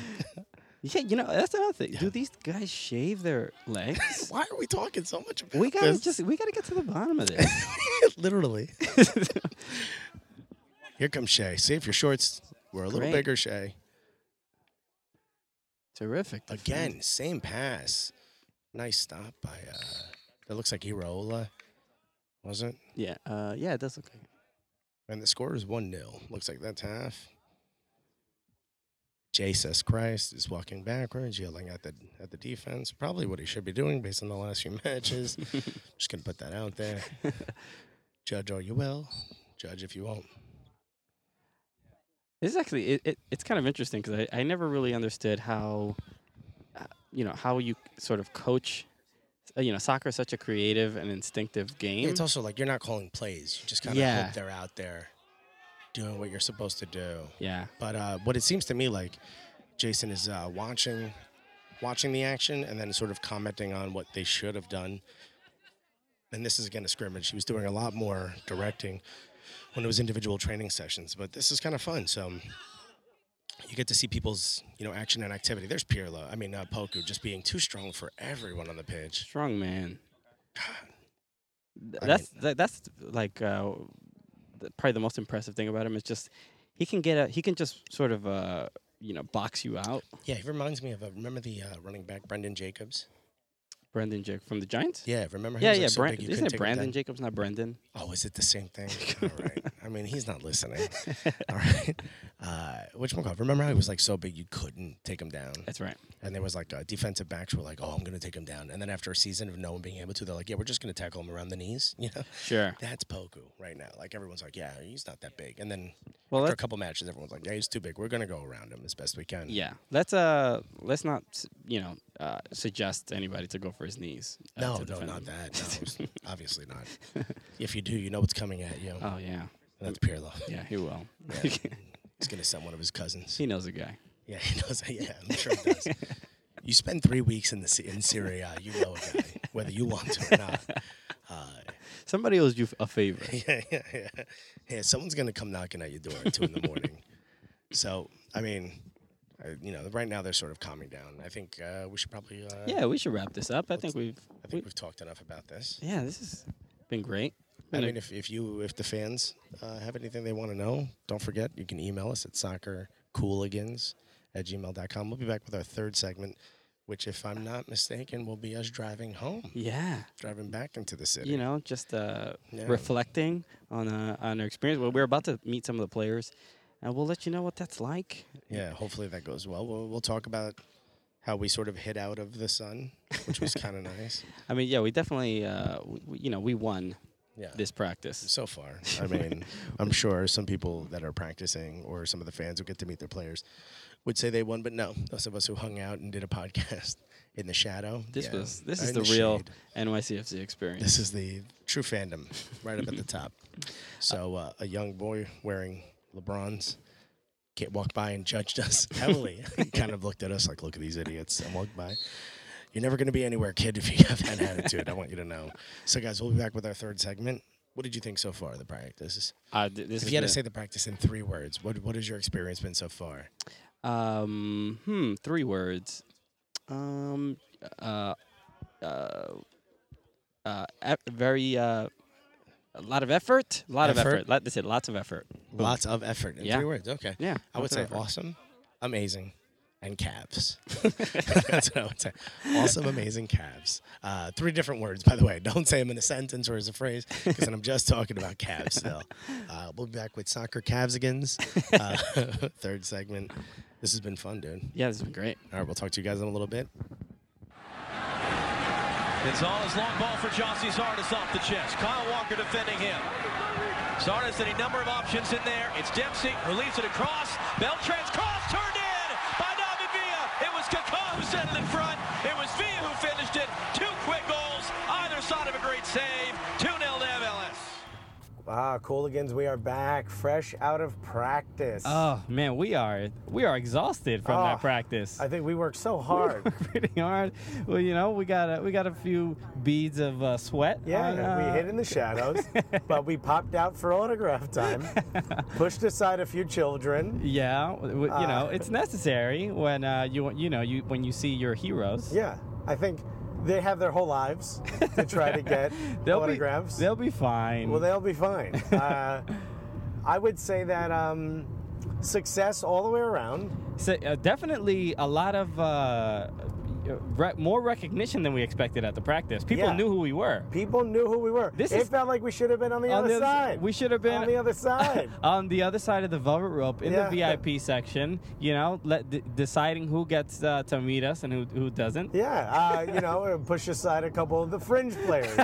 S2: Yeah, you know that's another thing. Do these guys shave their
S3: [laughs]
S2: legs?
S3: Why are we talking so much about
S2: we gotta
S3: this?
S2: just we gotta get to the bottom of this.
S3: [laughs]
S2: [laughs]
S3: literally. Here comes Shay. See if your shorts were a little
S2: Great.
S3: bigger, Shay.
S2: Terrific. defense.
S3: Again, same pass. Nice stop by uh that looks like Iraola, was it?
S2: Yeah. Uh, yeah, it does look like.
S3: And the score is one 0 Looks like that's half. Jesus Christ is walking backwards, yelling at the at the defense. Probably what he should be doing based on the last few matches. Just gonna put that out there. Judge all you will. Judge if you won't.
S2: This is actually it, it, it's kind of interesting because I, I never really understood how uh, you know how you sort of coach. uh, You know, soccer is such a creative and instinctive game.
S3: It's also like you're not calling plays. You just kind of
S2: Yeah.
S3: hope they're out there doing what you're supposed to do.
S2: yeah.
S3: But uh, what it seems to me like Jason is uh, watching watching the action and then sort of commenting on what they should have done. And this is again a scrimmage. He was doing a lot more directing when it was individual training sessions, but this is kind of fun. So um, you get to see people's you know action and activity. There's Pirlo. I mean uh, Poku just being too strong for everyone on the pitch.
S2: Strong man. Th-
S3: I
S2: That's that, that's like uh, the, probably the most impressive thing about him is just he can get a he can just sort of uh you know box you out.
S3: Yeah, he reminds me of uh, remember the uh, running back Brendan Jacobs.
S2: Brendan Jacob from the Giants.
S3: Yeah, remember? him?
S2: yeah,
S3: He was,
S2: yeah.
S3: like, so
S2: Bran-
S3: big you couldn't
S2: isn't
S3: take
S2: it
S3: him
S2: Brandon
S3: down.
S2: Jacobs, not Brendan?
S3: Oh, is it the
S2: [laughs]
S3: same thing? All right. I mean, he's not listening. All right. [laughs] Uh, which one? Remember how he was like so big you couldn't take him down,
S2: That's right.
S3: and there was like uh, defensive backs were like, "Oh, I'm gonna take him down," and then after a season of no one being able to, they're like, "Yeah, we're just gonna tackle him around the knees." [laughs] You know,
S2: Sure.
S3: that's Poku right now. Like everyone's like, "Yeah, he's not that big," and then
S2: Well,
S3: after a
S2: let's,
S3: couple matches, everyone's like, "Yeah, he's too big. We're gonna go around him as best we can."
S2: yeah. Let's uh let's not s- you know uh, suggest anybody to go for his knees. uh,
S3: No,
S2: to
S3: no,
S2: defend
S3: not
S2: him. [laughs]
S3: that. No, obviously not. If you do, you know what's coming at you.
S2: Oh yeah,
S3: That's Pirlo.
S2: yeah. He will.
S3: He's gonna send one of his
S2: [laughs]
S3: cousins.
S2: he knows the guy.
S3: Yeah, [laughs] he knows. Yeah, I'm sure he does. you spend three weeks in the Sy- in Syria, you know a guy, whether you want to
S2: [laughs]
S3: or not.
S2: Somebody owes you f- a
S3: [laughs]
S2: favor.
S3: yeah, yeah, yeah. Yeah, someone's gonna come knocking at your door at two in the morning. So, I mean, I, you know, right now they're sort of calming down. I think uh, we should probably. Uh,
S2: yeah, we should wrap this up. I think we've.
S3: I
S2: we-
S3: think we've talked enough about this.
S2: yeah, this has been great.
S3: I
S2: Been a-
S3: mean, if, if you if the fans uh, have anything they want to know, don't forget you can email us at soccercooligans at gmail.com. We'll be back with our third segment, which, if I'm not mistaken, will be us driving home,
S2: yeah.
S3: driving back into the city.
S2: you know, just uh,
S3: Yeah.
S2: reflecting on uh, on our experience. Well, we're about to meet some of the players, and we'll let you know what that's like.
S3: Yeah, hopefully that goes well. We'll, we'll talk about how we sort of hit out of the sun, which
S2: [laughs]
S3: was kind of nice.
S2: I mean, yeah, we definitely, uh, we, we- you know, we won
S3: Yeah.
S2: this practice.
S3: so far, I mean, I'm sure some people that are practicing or some of the fans who get to meet their players would say they won, but no, those of us who hung out and did a [laughs] podcast in the shadow.
S2: This
S3: yeah,
S2: was this
S3: or
S2: is
S3: in
S2: the, real
S3: shade.
S2: NYCFC experience.
S3: This is the true fandom, right up at the top. So uh, a young boy wearing LeBron's ca- walked by and judged us [laughs] heavily. He kind of looked at us like, "Look at these idiots!" And walked by. You're never going to be anywhere, kid, if you have that [laughs] attitude. I want you to know. So, guys, we'll be back with our third segment. What did you think so far of the practice?
S2: Uh, th- this
S3: If
S2: is
S3: you had to say the practice in three words, what what has your experience been so far?
S2: um, hmm, three words. Um, uh, uh, uh, e- very uh, a lot of effort. A lot of
S3: Effort?
S2: effort. Like they said, lots of effort.
S3: Lots of effort in
S2: Yeah.
S3: three words. Okay.
S2: Yeah,
S3: I would
S2: lots of
S3: say
S2: effort.
S3: awesome,
S7: amazing, and
S2: [laughs]
S7: calves. [laughs] That's what I would say. Awesome, amazing calves. Uh, three different words, by the way. [laughs] Don't say them in a sentence or as a phrase, because I'm just talking about calves
S2: [laughs]
S7: still. Uh, we'll be back with soccer calvesgans, uh, [laughs] third segment. This has been fun, dude.
S9: Yeah, this has been great.
S7: All right, we'll talk to you guys in a little bit.
S6: Gonzalez long ball for Jossie Zardes off the chest. Kyle Walker defending him. Zardes any number of options in there. It's Dempsey, releases it across. Beltran's cross turned in by David Villa. It was Kaká who set it in front. It was Villa who finished it. Two quick goals, either side of a great save. 2-0 to MLS.
S3: Ah, Cooligans, we are back, fresh out of practice.
S2: Oh man, we are we are exhausted from
S3: Oh,
S2: that practice.
S3: I think we worked so hard.
S2: [laughs] Pretty hard. Well, you know, we got a, we got a few beads of uh, sweat.
S3: Yeah,
S2: on, uh,
S3: we hid in
S2: [laughs]
S3: the shadows, but we popped out for autograph time, pushed aside a few children.
S2: Yeah, w- w- you know,
S3: Uh, [laughs]
S2: it's necessary when uh, you you know you when you see your heroes.
S3: Yeah, I think they have their whole lives to try to get
S2: [laughs] They'll
S3: autographs.
S2: be they'll be fine.
S3: well, they'll
S2: [laughs]
S3: be fine. Uh, I would say that um, success all the way around.
S2: So, uh, definitely a lot of uh, re- more recognition than we expected at the practice. People
S3: Yeah.
S2: knew who we were.
S3: People knew who we were.
S2: This
S3: it
S2: is-
S3: felt like we should have been on the
S2: On
S3: other
S2: the other s-
S3: side.
S2: we should have been
S3: on the
S2: [laughs]
S3: other side.
S2: on the other side of the velvet rope in
S3: Yeah.
S2: the VIP section, you know, let, d- deciding who gets uh, to meet us and who, who doesn't.
S3: Yeah, uh, you know, push aside a couple of the fringe
S2: [laughs]
S3: players,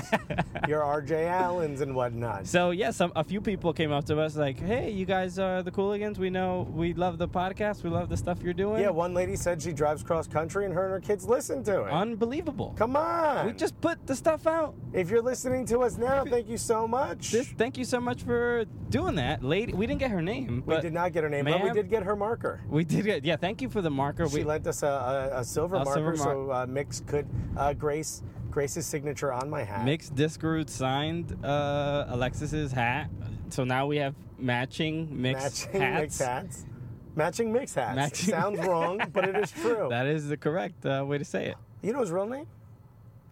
S3: your RJ Allens and whatnot.
S2: So yeah, some a few people came up to us like, "Hey, you guys are the Cooligans. We know we love the podcast. We love the stuff you're doing.
S3: Yeah, one lady said she drives cross country and her and her kids listen to it.
S2: unbelievable.
S3: Come on.
S2: We just put the stuff out.
S3: if you're listening to us now, thank you so much.
S2: This, thank you so much for doing that, lady. We didn't get her name,
S3: we
S2: but
S3: did not get her name, but we
S2: ma'am,
S3: did get her marker.
S2: We did get yeah. Thank you for the marker.
S3: She
S2: we
S3: lent us a, a, a silver
S2: A silver
S3: marker so uh, Mix could uh, grace Grace's signature on my hat.
S2: Mixed Discroot signed uh, Alexis's hat, so now we have matching mixed
S3: matching
S2: hats.
S3: mix hats. Matching mix hats.
S2: Matching-
S3: Sounds wrong, but
S2: [laughs]
S3: it is true.
S2: That is the correct uh, way to say it.
S3: you know his real name?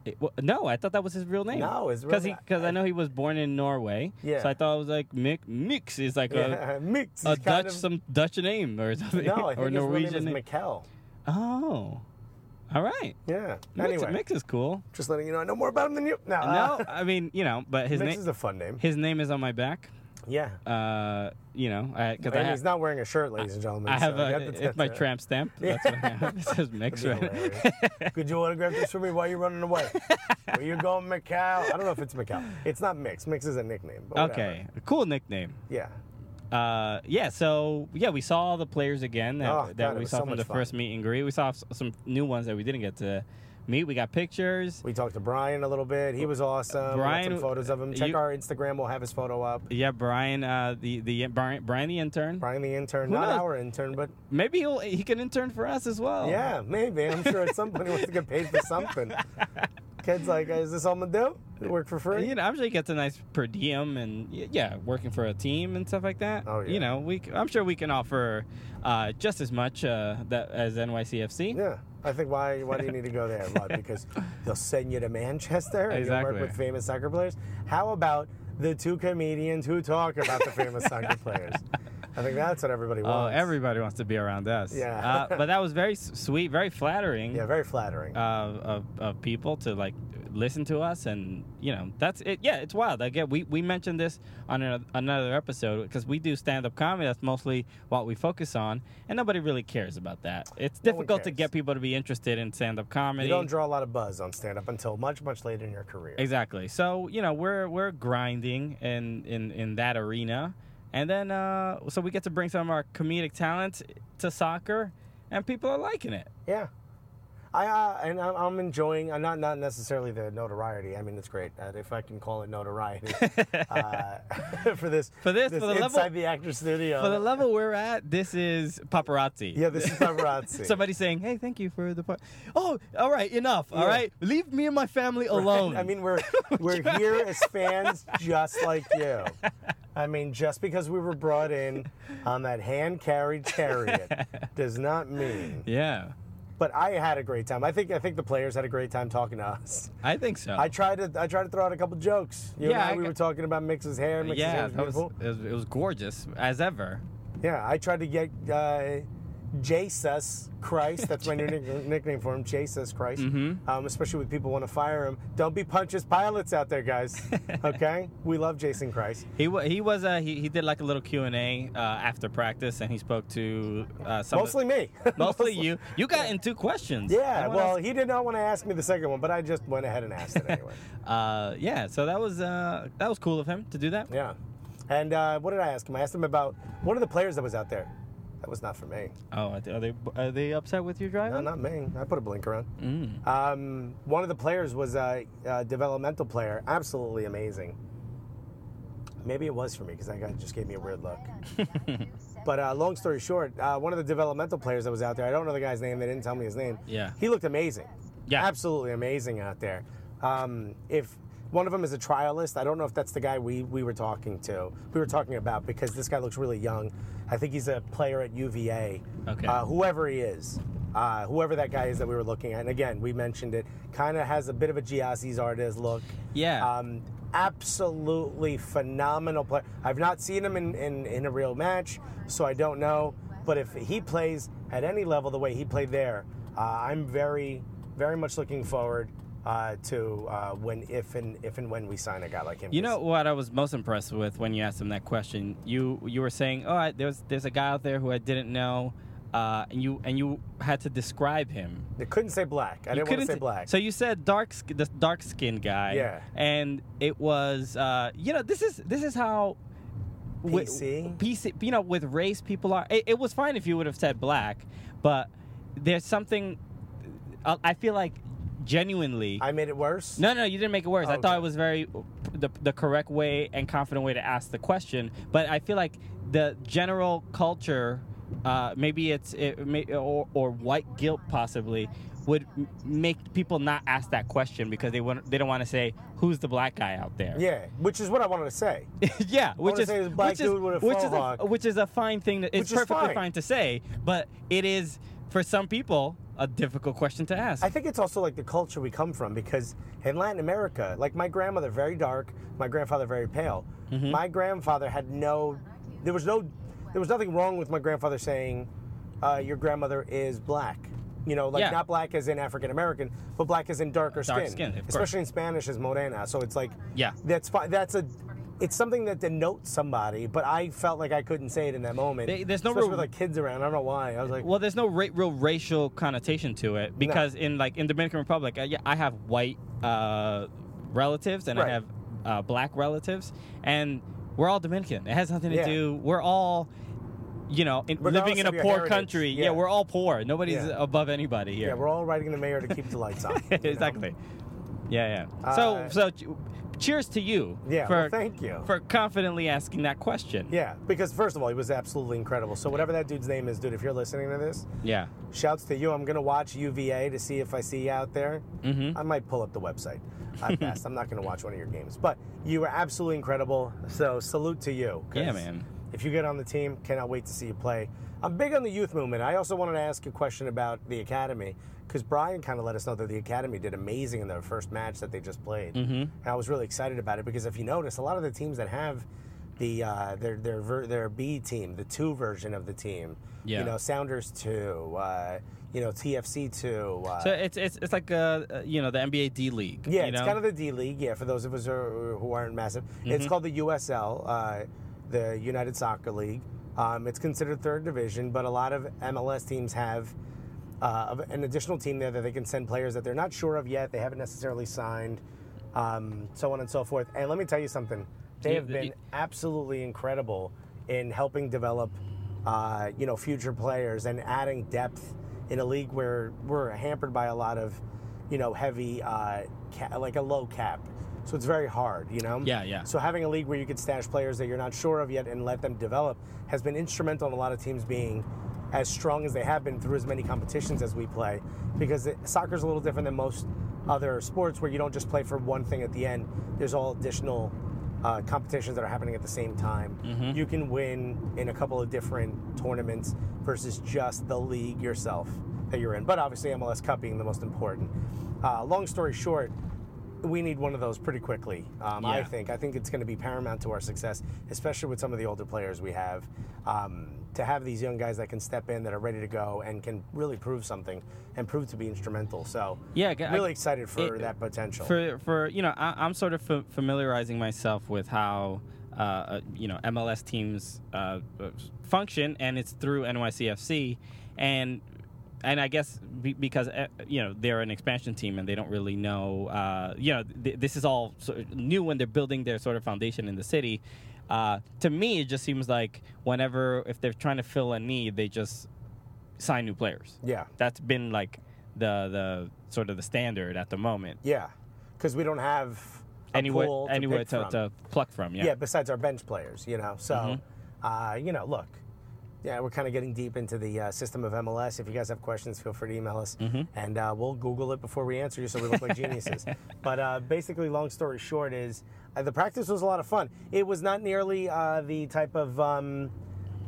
S2: It- well, no, I thought that was his real name.
S3: No, his real
S2: because
S3: na-
S2: because I know he was born in Norway.
S3: Yeah.
S2: So I thought it was like Mix. Mix is like
S3: [laughs]
S2: a,
S3: mix.
S2: Uh, a
S3: is kind
S2: Dutch
S3: of-
S2: some Dutch name or something [laughs]
S3: No, I think
S2: or
S3: his real
S2: Norwegian.
S3: name is
S2: name.
S3: Mikkel.
S2: oh, all right.
S3: Yeah.
S2: Mix,
S3: anyway,
S2: Mix is cool.
S3: just letting you know I know more about him than you. No, uh,
S2: no, I mean you know, but his
S3: Mix
S2: name
S3: is a fun name.
S2: his name is on my back.
S3: Yeah.
S2: Uh, you know, I, cause I
S3: and
S2: ha-
S3: he's not wearing a shirt, ladies and gentlemen.
S2: I have
S3: so you
S2: a,
S3: to
S2: it's [laughs]
S3: test
S2: my
S3: that.
S2: tramp
S3: [laughs]
S2: stamp. That's what I have. It says mix
S3: That'd be
S2: right. [laughs]
S3: hilarious. Could you autograph this for me while you're running away? Where you going, Macau? I don't know if it's Macau. It's not Mix. Mix is a nickname. But whatever.
S2: Okay, a cool nickname.
S3: Yeah.
S2: Uh, yeah, so yeah, we saw all the players again that,
S3: Oh, God,
S2: that
S3: it
S2: we
S3: was
S2: saw
S3: so
S2: from
S3: much
S2: the
S3: fun.
S2: first meet and greet. We saw s- some new ones that we didn't get to meet. We got pictures.
S3: We talked to Brian a little bit. He was awesome. We got
S2: Brian, uh,
S3: some photos of him. Check
S2: you-
S3: our Instagram. We'll have his photo up.
S2: Yeah, Brian, uh, the the Brian, Brian the intern.
S3: Brian the intern,
S2: Who
S3: not
S2: knows? Oh.
S3: our intern, but
S2: Maybe he'll he can intern for us as well.
S3: yeah, maybe. I'm sure at some point he [laughs] wants to get paid for
S2: [laughs]
S3: something. Kid's like, is this all I'm gonna do? Work for free?
S2: You know, I'm sure he gets a nice per diem and y- yeah, working for a team and stuff like that.
S3: Oh, yeah.
S2: You know, we c- I'm sure we can offer uh, just as much uh, that as NYCFC.
S3: Yeah. I think why why do you need to go there?
S2: [laughs]
S3: Why? Because they'll send you to Manchester and you'll work
S2: Exactly.
S3: with famous soccer players. How about the two comedians who talk about
S2: [laughs]
S3: the famous soccer players? I think that's what everybody
S2: Oh,
S3: wants.
S2: everybody wants to be around us.
S3: Yeah.
S2: uh, but that was very s- sweet, very flattering
S3: Yeah, very flattering.
S2: uh, of, of people to like listen to us, and you know, that's it. Yeah, it's wild. Again, we we mentioned this on another, another episode because we do stand up comedy. That's mostly what we focus on, and nobody really cares about that. It's
S3: No one
S2: difficult to
S3: cares.
S2: get people to be interested in stand up comedy.
S3: you don't draw a lot of buzz on stand up until much, much later in your career.
S2: Exactly. So you know we're we're grinding in in in that arena, and then uh, so we get to bring some of our comedic talent to soccer, and people are liking it.
S3: Yeah. I uh, and I'm, I'm enjoying. uh, not not necessarily the notoriety. I mean, it's great uh, if I can call it notoriety uh, [laughs] for this
S2: For this, for the level-
S3: inside the actor studio.
S2: For the level we're at, this is paparazzi.
S3: yeah, this
S2: [laughs]
S3: is paparazzi.
S2: Somebody saying, "Hey, thank you for the part." Oh, all right, enough. All
S3: Yeah.
S2: right, leave me and my family alone.
S3: [laughs] I mean, we're
S2: [laughs]
S3: we're here as fans, just like you. I mean, just because we were brought in on that hand-carried chariot
S2: [laughs]
S3: does not mean.
S2: yeah,
S3: But I had a great time. I think I think the players had a great time talking to us.
S2: I think so.
S3: I tried to I tried to throw out a couple jokes. You
S2: Yeah,
S3: and I,
S2: I
S3: we
S2: g-
S3: were talking about Mix's hair. Mix's hair
S2: yeah,
S3: was
S2: that was,
S3: beautiful.
S2: it was it was gorgeous as ever.
S3: Yeah, I tried to get uh, Jesus Christ. That's my new nick- [laughs] nickname for him, Jesus Christ.
S2: Mm-hmm.
S3: Um, especially with people want to fire him. Don't be punches pilots out
S2: [laughs]
S3: there, guys. Okay, we love Jason Christ.
S2: He wa- he was uh, he he did like a little Q and A uh, after practice, and he spoke to uh, some of-
S3: Mostly me.
S2: [laughs]
S3: [laughs]
S2: mostly you. You got in two questions.
S3: Yeah.
S2: Everyone
S3: Well,
S2: else-
S3: he did not want to ask me the second one, but I just went ahead and asked it
S2: [laughs]
S3: anyway.
S2: uh, yeah. So that was uh, that was cool of him to do that.
S3: yeah. And uh, what did I ask him? I asked him about one of the players that was out there. That was not for me.
S2: Oh, are they- are they are they upset with you
S3: No,
S2: driving?
S3: not me. I put a blinker on.
S2: Mm.
S3: Um, one of the players was a, a developmental player. Absolutely amazing. Maybe it was for me because that guy just gave me a
S2: [laughs]
S3: weird look. But uh, long story short, uh, one of the developmental players that was out there, I don't know the guy's name. They didn't tell me his name.
S2: Yeah.
S3: He looked amazing.
S2: Yeah.
S3: Absolutely amazing out there. Um, if one of them is a trialist, I don't know if that's the guy we, we were talking to, we were talking about, because this guy looks really young. I think he's a player at UVA.
S2: Okay.
S3: Uh, whoever he is, uh, whoever that guy is that we were looking at. And again, we mentioned it. Kind of has a bit of a Giazzi's artist look.
S2: Yeah.
S3: Um, absolutely phenomenal player. I've not seen him in, in, in a real match, so I don't know. But if he plays at any level the way he played there, uh, I'm very, very much looking forward uh, to uh, when, if and if and when we sign a guy like him.
S2: You know what I was most impressed with when you asked him that question. You you were saying, "Oh, I, there's there's a guy out there who I didn't know," uh, and you and you had to describe him.
S3: they couldn't say black. I
S2: You
S3: didn't want to
S2: couldn't
S3: say
S2: s-
S3: black.
S2: So you said dark, sk- the dark skinned guy.
S3: Yeah.
S2: And it was, uh, you know, this is this is how. wi-
S3: PC?
S2: PC, you know, with race, people are. It, it was fine if you would have said black, but there's something. I, I feel like, genuinely.
S3: I made it worse.
S2: no, no, you didn't make it worse. I
S3: Oh, Okay.
S2: thought it was very the, the correct way and confident way to ask the question, but I feel like the general culture, uh, maybe it's it may, or or white guilt possibly, would m- make people not ask that question because they want they don't want to say who's the black guy out there.
S3: Yeah, which is what I wanted to say.
S2: [laughs] yeah, which
S3: wanna
S2: is
S3: say this black
S2: which
S3: dude with
S2: is
S3: a
S2: which is a,
S3: faux hawk.
S2: which is a fine thing. That, it's
S3: Which is
S2: perfectly
S3: fine.
S2: fine to say, but it is for some people a difficult question to ask.
S3: I think it's also like the culture we come from because in Latin America, like my grandmother, very dark, my grandfather, very pale.
S2: Mm-hmm.
S3: My grandfather had no, there was no, there was nothing wrong with my grandfather saying, uh, your grandmother is black. You know, like
S2: Yeah.
S3: not black as in African American, but black as in darker skin.
S2: Dark skin, of course.
S3: especially in Spanish is morena. So it's like,
S2: Yeah.
S3: that's fine. That's a, it's something that denotes somebody, but I felt like I couldn't say it in that moment.
S2: They- there's no
S3: especially
S2: real-
S3: with like kids around. I don't know why. I was like,
S2: Well, there's no ra- real racial connotation to it because in like in Dominican Republic, I, yeah, I have white uh, relatives and I
S3: Right.
S2: have uh, black relatives, and we're all Dominican. It has nothing to
S3: Yeah.
S2: do. We're all, you know, in, living
S3: Regardless
S2: in a
S3: of your
S2: poor
S3: heritage,
S2: country. Yeah.
S3: yeah.
S2: we're all poor. Nobody's
S3: Yeah.
S2: above anybody here.
S3: yeah, we're all writing the mayor to keep the lights on. you
S2: [laughs]
S3: know?
S2: exactly. Yeah, yeah.
S3: Uh,
S2: so, so, ch- cheers to you.
S3: Yeah,
S2: For,
S3: well, thank you.
S2: for confidently asking that question.
S3: Yeah, because first of all, he was absolutely incredible. So whatever that dude's name is, dude, if you're listening to this,
S2: Yeah.
S3: shouts to you. I'm gonna watch UVA to see if I see you out there. Mm-hmm. I might pull up
S2: [laughs]
S3: the website. I best. I'm not gonna watch one of your games, but you were absolutely incredible. So salute to you. 'cause
S2: Yeah, man.
S3: If you get on the team, cannot wait to see you play. I'm big on the youth movement. I also wanted to ask you a question about the academy because Brian kind of let us know that the academy did amazing in their first match that they just played. Mm-hmm. And I was really excited about it because if you notice, a lot of the teams that have the uh, their their ver- their B team, the two version of the team,
S2: Yeah.
S3: you know, Sounders two, uh, you know, TFC two. Uh,
S2: So it's it's it's like uh, uh, you know the NBA D League.
S3: yeah,
S2: you
S3: it's
S2: know?
S3: kind of the D League. Yeah, for those of us who, are, who aren't massive,
S2: Mm-hmm.
S3: it's called the USL, uh, the United Soccer League. Um, it's considered third division, but a lot of MLS teams have uh, of- an additional team there that they can send players that they're not sure of yet. They haven't necessarily signed, um, so on and so forth. And let me tell you something: they
S2: You-
S3: have been
S2: you-
S3: absolutely incredible in helping develop, uh, you know, future players and adding depth in a league where we're hampered by a lot of, you know, heavy, uh, ca- like a low cap. So it's very hard, you know.
S2: Yeah, yeah.
S3: So having a league where you could stash players that you're not sure of yet and let them develop has been instrumental in a lot of teams being as strong as they have been through as many competitions as we play. Because it, soccer's a little different than most other sports where you don't just play for one thing at the end. There's all additional uh, competitions that are happening at the same time. You can win in a couple of different tournaments versus just the league yourself that you're in. But obviously MLS Cup being the most important. Uh, long story short, we need one of those pretty quickly. Um, I
S2: Yeah.
S3: think. I think it's going to be paramount to our success, especially with some of the older players we have. Um, to have these young guys that can step in, that are ready to go, and can really prove something and prove to be instrumental. So
S2: Yeah, I-
S3: really excited for
S2: it-
S3: that potential.
S2: for for you know I, I'm sort of fa- familiarizing myself with how uh, uh, you know MLS teams uh, uh, function, and it's through NYCFC, and and I guess be, because uh, you know they're an expansion team and they don't really know uh, you know th- this is all sort of new when they're building their sort of foundation in the city. Uh, to me, it just seems like whenever if they're trying to fill a need, they just sign new players.
S3: yeah,
S2: That's been like the the sort of the standard at the moment
S3: yeah, because we don't have a
S2: anywhere
S3: pool to
S2: anywhere
S3: pick
S2: to,
S3: from.
S2: to pluck from. Yeah.
S3: yeah. besides our bench players you know so uh, you know look yeah we're kind of getting deep into the uh, system of mls if you guys have questions feel free to email us and uh, we'll google it before we answer you so we look like geniuses but uh, basically long story short is uh, the practice was a lot of fun it was not nearly uh, the type of um,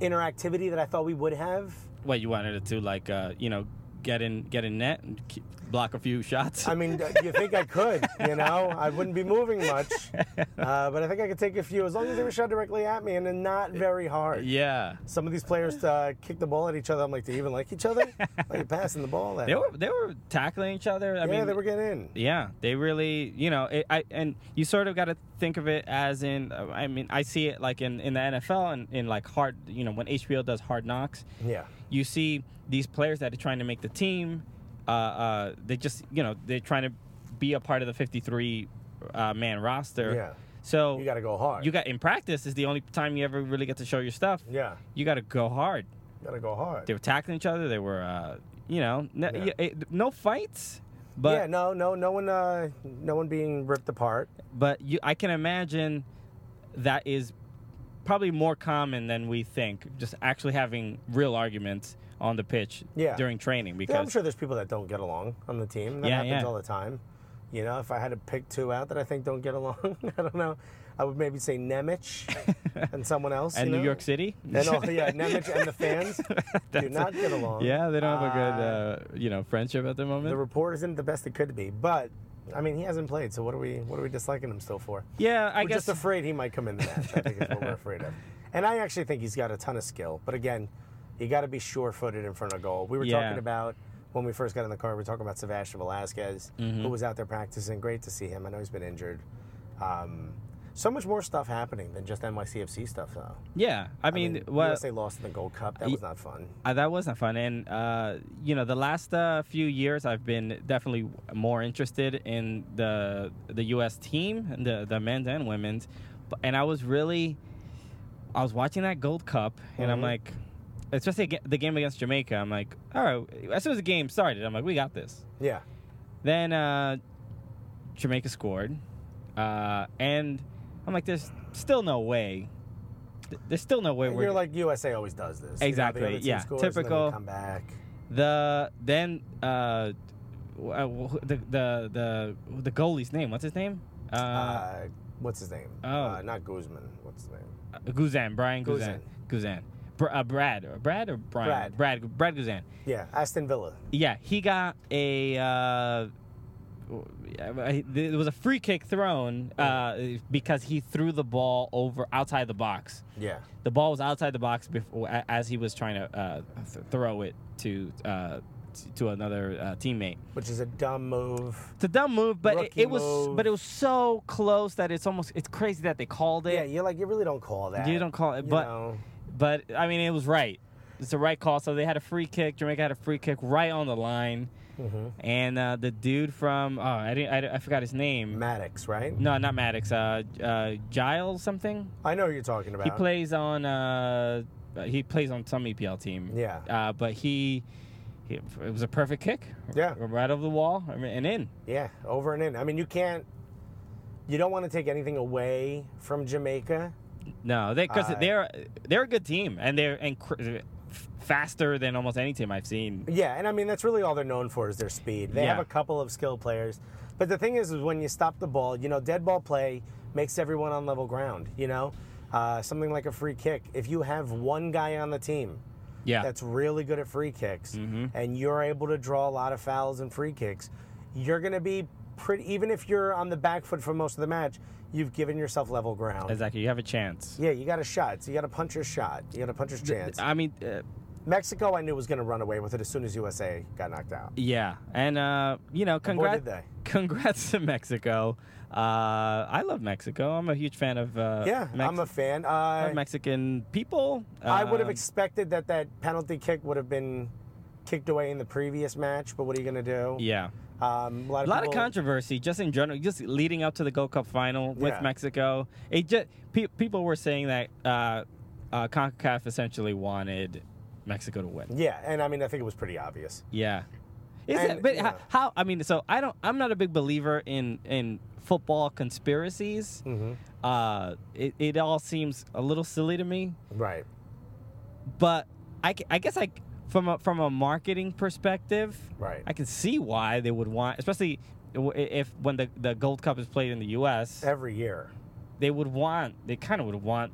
S3: interactivity that i thought we would have
S2: What you wanted it to like, uh, you know, get in get in net and keep, block a few [laughs] shots.
S3: I mean, you think I could, you know? I wouldn't be moving much, uh, but I think I could take a few as long as they were shot directly at me and then not very hard.
S2: yeah.
S3: some of these players uh, kick the ball at each other. I'm like, do you even like
S2: [laughs]
S3: each other? Like you passing the ball at?
S2: They were they were tackling each other. I
S3: yeah,
S2: mean,
S3: they were getting in.
S2: yeah, they really, you know, it, I and you sort of got to think of it as in. uh, I mean, I see it like in in the NFL and in like hard, you know, when HBO does Hard Knocks.
S3: Yeah,
S2: you see these players that are trying to make the team. Uh, uh, they just, you know, they're trying to be a part of the 53 uh, man roster.
S3: Yeah.
S2: So
S3: You gotta go hard.
S2: You got in practice is the only time you ever really get to show your stuff.
S3: Yeah.
S2: You got to go hard.
S3: gotta go hard.
S2: They were tackling each other. They were, uh, you know, no,
S3: Yeah.
S2: yeah, it- no fights, but
S3: yeah, no, no, no one, uh, no one being ripped apart.
S2: but you, I can imagine that is probably more common than we think. Just actually having real arguments on the pitch
S3: Yeah.
S2: during training because
S3: Yeah, I'm sure there's people that don't get along on the team. That
S2: Yeah,
S3: happens
S2: yeah.
S3: all the time. You know, if I had to pick two out that I think don't get along, [laughs] I don't know. I would maybe
S2: [laughs]
S3: say Nemich and someone else.
S2: and
S3: you
S2: New
S3: know?
S2: York City.
S3: And all, yeah, Nemich and the fans do not get
S2: [laughs]
S3: along.
S2: Yeah, they don't have
S3: Uh,
S2: a good, uh, you know, friendship at the moment.
S3: The report isn't the best it could be, but I mean, he hasn't played, so what are we what are we disliking him still for?
S2: yeah, I
S3: we're
S2: guess.
S3: just afraid he might come in the match. I think is what we're afraid
S2: [laughs]
S3: of. And I actually think he's got a ton of skill, but again, you got to be sure-footed in front of goal. We were
S2: Yeah.
S3: talking about when we first got in the car. We were talking about Sebastian Velasquez,
S2: Mm-hmm.
S3: who was out there practicing. Great to see him. I know he's been injured. Um, so much more stuff happening than just NYCFC stuff, though.
S2: yeah, I
S3: I
S2: mean,
S3: mean,
S2: well,
S3: USA lost in the Gold Cup. That was not fun.
S2: uh, that wasn't fun, and uh, you know, the last uh, few years, I've been definitely more interested in the the U.S. team, the the men's and women's, But- and I was really, I was watching that Gold Cup, and I'm
S3: Mhm.
S2: like, especially aga- the game against Jamaica, I'm like, all right, as soon as the game started, I'm like, we got this.
S3: Yeah,
S2: Then uh, Jamaica scored, uh, and I'm like, there's still no way. th- There's still no way we're
S3: you're like USA always does this.
S2: Exactly,
S3: You know, the other team
S2: yeah.
S3: scores and then they
S2: Typical.
S3: Come back.
S2: the then uh, w- uh, wh- the the the the goalie's name. What's his name? Uh,
S3: uh, what's his name?
S2: oh.
S3: Uh, not Guzman. What's his name?
S2: Guzan, Brian Guzan, Guzan, Br- uh, Brad, or Brad or Brian,
S3: Brad.
S2: Brad, Brad Guzan.
S3: Yeah, Aston Villa.
S2: Yeah, he got a. Uh, w- I- there was a free kick thrown uh, because he threw the ball over outside the box.
S3: Yeah.
S2: The ball was outside the box before, a- as he was trying to uh, th- throw it to uh, t- to another uh, teammate.
S3: Which is a dumb move.
S2: It's a dumb move, but it,
S3: Rookie
S2: it was
S3: move.
S2: but it was so close that it's almost it's crazy that they called
S3: Yeah,
S2: it.
S3: you're like, you really don't call that.
S2: You don't call it,
S3: You
S2: but
S3: know.
S2: but I mean it was right. It's the right call. So they had a free kick. Jamaica had a free kick right on the line,
S3: Mm-hmm.
S2: and uh, the dude from oh I didn't I, I forgot his name.
S3: Maddox, right?
S2: no, not Maddox. Uh, uh, Giles something.
S3: I know who you're talking about.
S2: He plays on uh, he plays on some EPL team.
S3: Yeah.
S2: Uh, but he, he it was a perfect kick.
S3: Yeah.
S2: Right over the wall I mean, and in.
S3: Yeah, over and in. I mean, you can't. You don't want to take anything away from Jamaica.
S2: No, they because
S3: I-
S2: they're they're a good team and they're incre- f- faster than almost any team I've seen.
S3: Yeah, and I mean that's really all they're known for is their speed. They have
S2: Yeah.
S3: a couple of skilled players, but the thing is, is when you stop the ball, you know, dead ball play makes everyone on level ground. You know, uh, something like a free kick. If you have one guy on the team
S2: Yeah, Mm-hmm.
S3: that's really good at free kicks, and you're able to draw a lot of fouls and free kicks, you're going to be pretty even if you're on the back foot for most of the match, you've given yourself level ground.
S2: Exactly. You have a chance.
S3: Yeah, you got a shot. So you got a puncher's shot. You got a puncher's chance.
S2: I mean, uh,
S3: Mexico, I knew was going to run away with it as soon as USA got knocked out.
S2: yeah, and uh, you know,
S3: did
S2: congrats,
S3: they.
S2: congrats to Mexico. Uh, I love Mexico. I'm a huge fan of. Uh,
S3: Yeah,
S2: Mex-
S3: I'm a fan. Uh,
S2: of Mexican people.
S3: I would have
S2: Um,
S3: expected that that penalty kick would have been kicked away in the previous match, but what are you going to do?
S2: yeah.
S3: Um, a lot
S2: A
S3: of,
S2: lot of
S3: people-
S2: controversy just in general, just leading up to the Gold Cup final with
S3: Yeah.
S2: Mexico. It just pe- people were saying that uh, uh, Concacaf essentially wanted Mexico to win.
S3: Yeah, and I mean, I think it was pretty obvious.
S2: Yeah. Is
S3: And-
S2: that, but
S3: yeah.
S2: ho- how? I mean, so I don't. I'm not a big believer in in football conspiracies.
S3: Mm-hmm.
S2: Uh, it, it all seems a little silly to me.
S3: Right.
S2: But I, c- I guess I c- from a, from a marketing perspective,
S3: Right.
S2: I can see why they would want, especially w- i- if when the the Gold Cup is played in the U.S.,
S3: Every year.
S2: they would want they kind of would want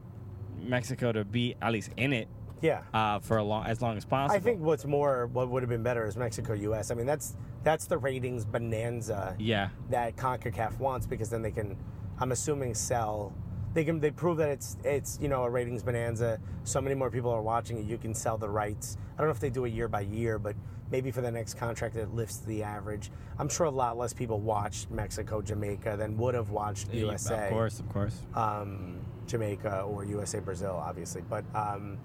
S2: Mexico to be at least in it
S3: Yeah.
S2: uh, for a long as long as possible.
S3: I think what's more, what would have been better is Mexico U.S. I mean, that's that's the ratings bonanza
S2: Yeah.
S3: that Concacaf wants because then they can, I'm assuming, sell. They can they prove that it's it's you know a ratings bonanza. So many more people are watching it. You can sell the rights. I don't know if they do it year by year, but maybe for the next contract it lifts the average. I'm sure a lot less people watched Mexico, Jamaica than would have watched
S2: Yeah,
S3: USA
S2: Of course, of course.
S3: um, Jamaica or USA Brazil, obviously. But um,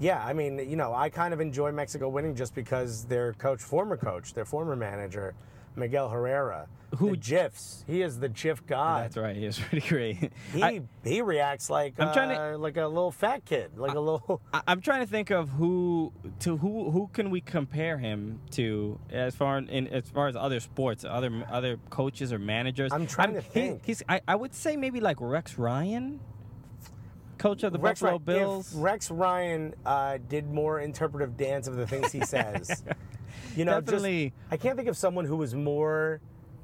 S3: yeah, I mean, you know, I kind of enjoy Mexico winning just because their coach, former coach, their former manager, Miguel Herrera, who gifs, he is the gif god.
S2: That's right. It was pretty great.
S3: He
S2: I,
S3: he reacts like
S2: I'm
S3: uh,
S2: trying Uh,
S3: like a little fat kid, like a little.
S2: I- I'm trying to think of who to who who can we compare him to as far in, as far as other sports, other other coaches or managers.
S3: I'm trying to
S2: he-
S3: think.
S2: he's I, I would say maybe like Rex Ryan, coach of the
S3: [laughs] Rex
S2: Buffalo
S3: Ryan,
S2: Bills.
S3: If Rex Ryan uh, did more interpretive dance of the things he
S2: [laughs]
S3: says. you know,
S2: Definitely.
S3: just I can't think of someone who was more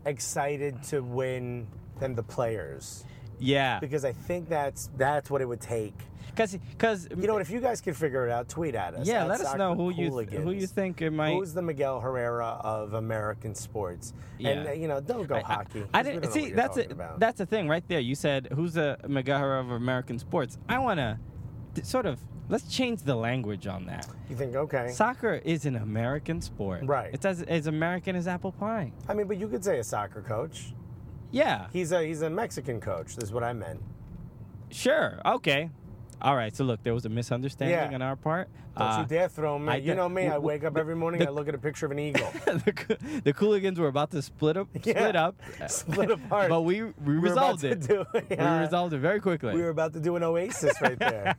S3: excited to win than the players
S2: yeah,
S3: because I think that's that's what it would take.
S2: because because
S3: You know what? If you guys could figure it out, tweet at us.
S2: yeah,
S3: at
S2: let us
S3: Soccer
S2: know who you th- who you
S3: Hooligans.
S2: think it might.
S3: Who's the Miguel Herrera of American sports?
S2: Yeah.
S3: And uh, you know, don't go
S2: I- I-
S3: hockey.
S2: I,
S3: 'cause we
S2: didn't
S3: don't know what
S2: see.
S3: you're
S2: That's
S3: talking
S2: a,
S3: about.
S2: that's the thing right there. You said who's the Megahara of American sports? I want to sort of let's change the language on that.
S3: you think okay.
S2: Soccer is an American sport.
S3: Right.
S2: It's as, as American as apple pie.
S3: I mean, but you could say a soccer coach.
S2: Yeah.
S3: He's a he's a Mexican coach. That's what I meant.
S2: Sure. Okay. All right. So look, there was a misunderstanding
S3: Yeah.
S2: on our part.
S3: Don't
S2: Uh,
S3: you dare throw me.
S2: I
S3: you
S2: d-
S3: know me. I
S2: w- w-
S3: wake up
S2: the-
S3: every morning.
S2: the-
S3: I look at a picture of
S2: [laughs]
S3: an eagle.
S2: Uh, the, Coo- the Cooligans were about to split up, split
S3: Yeah.
S2: up,
S3: [laughs]
S2: uh,
S3: Split apart.
S2: but we, we
S3: We were
S2: resolved
S3: about to
S2: it.
S3: do- yeah.
S2: We resolved it very quickly.
S3: we were about to do an oasis
S2: [laughs]
S3: right there.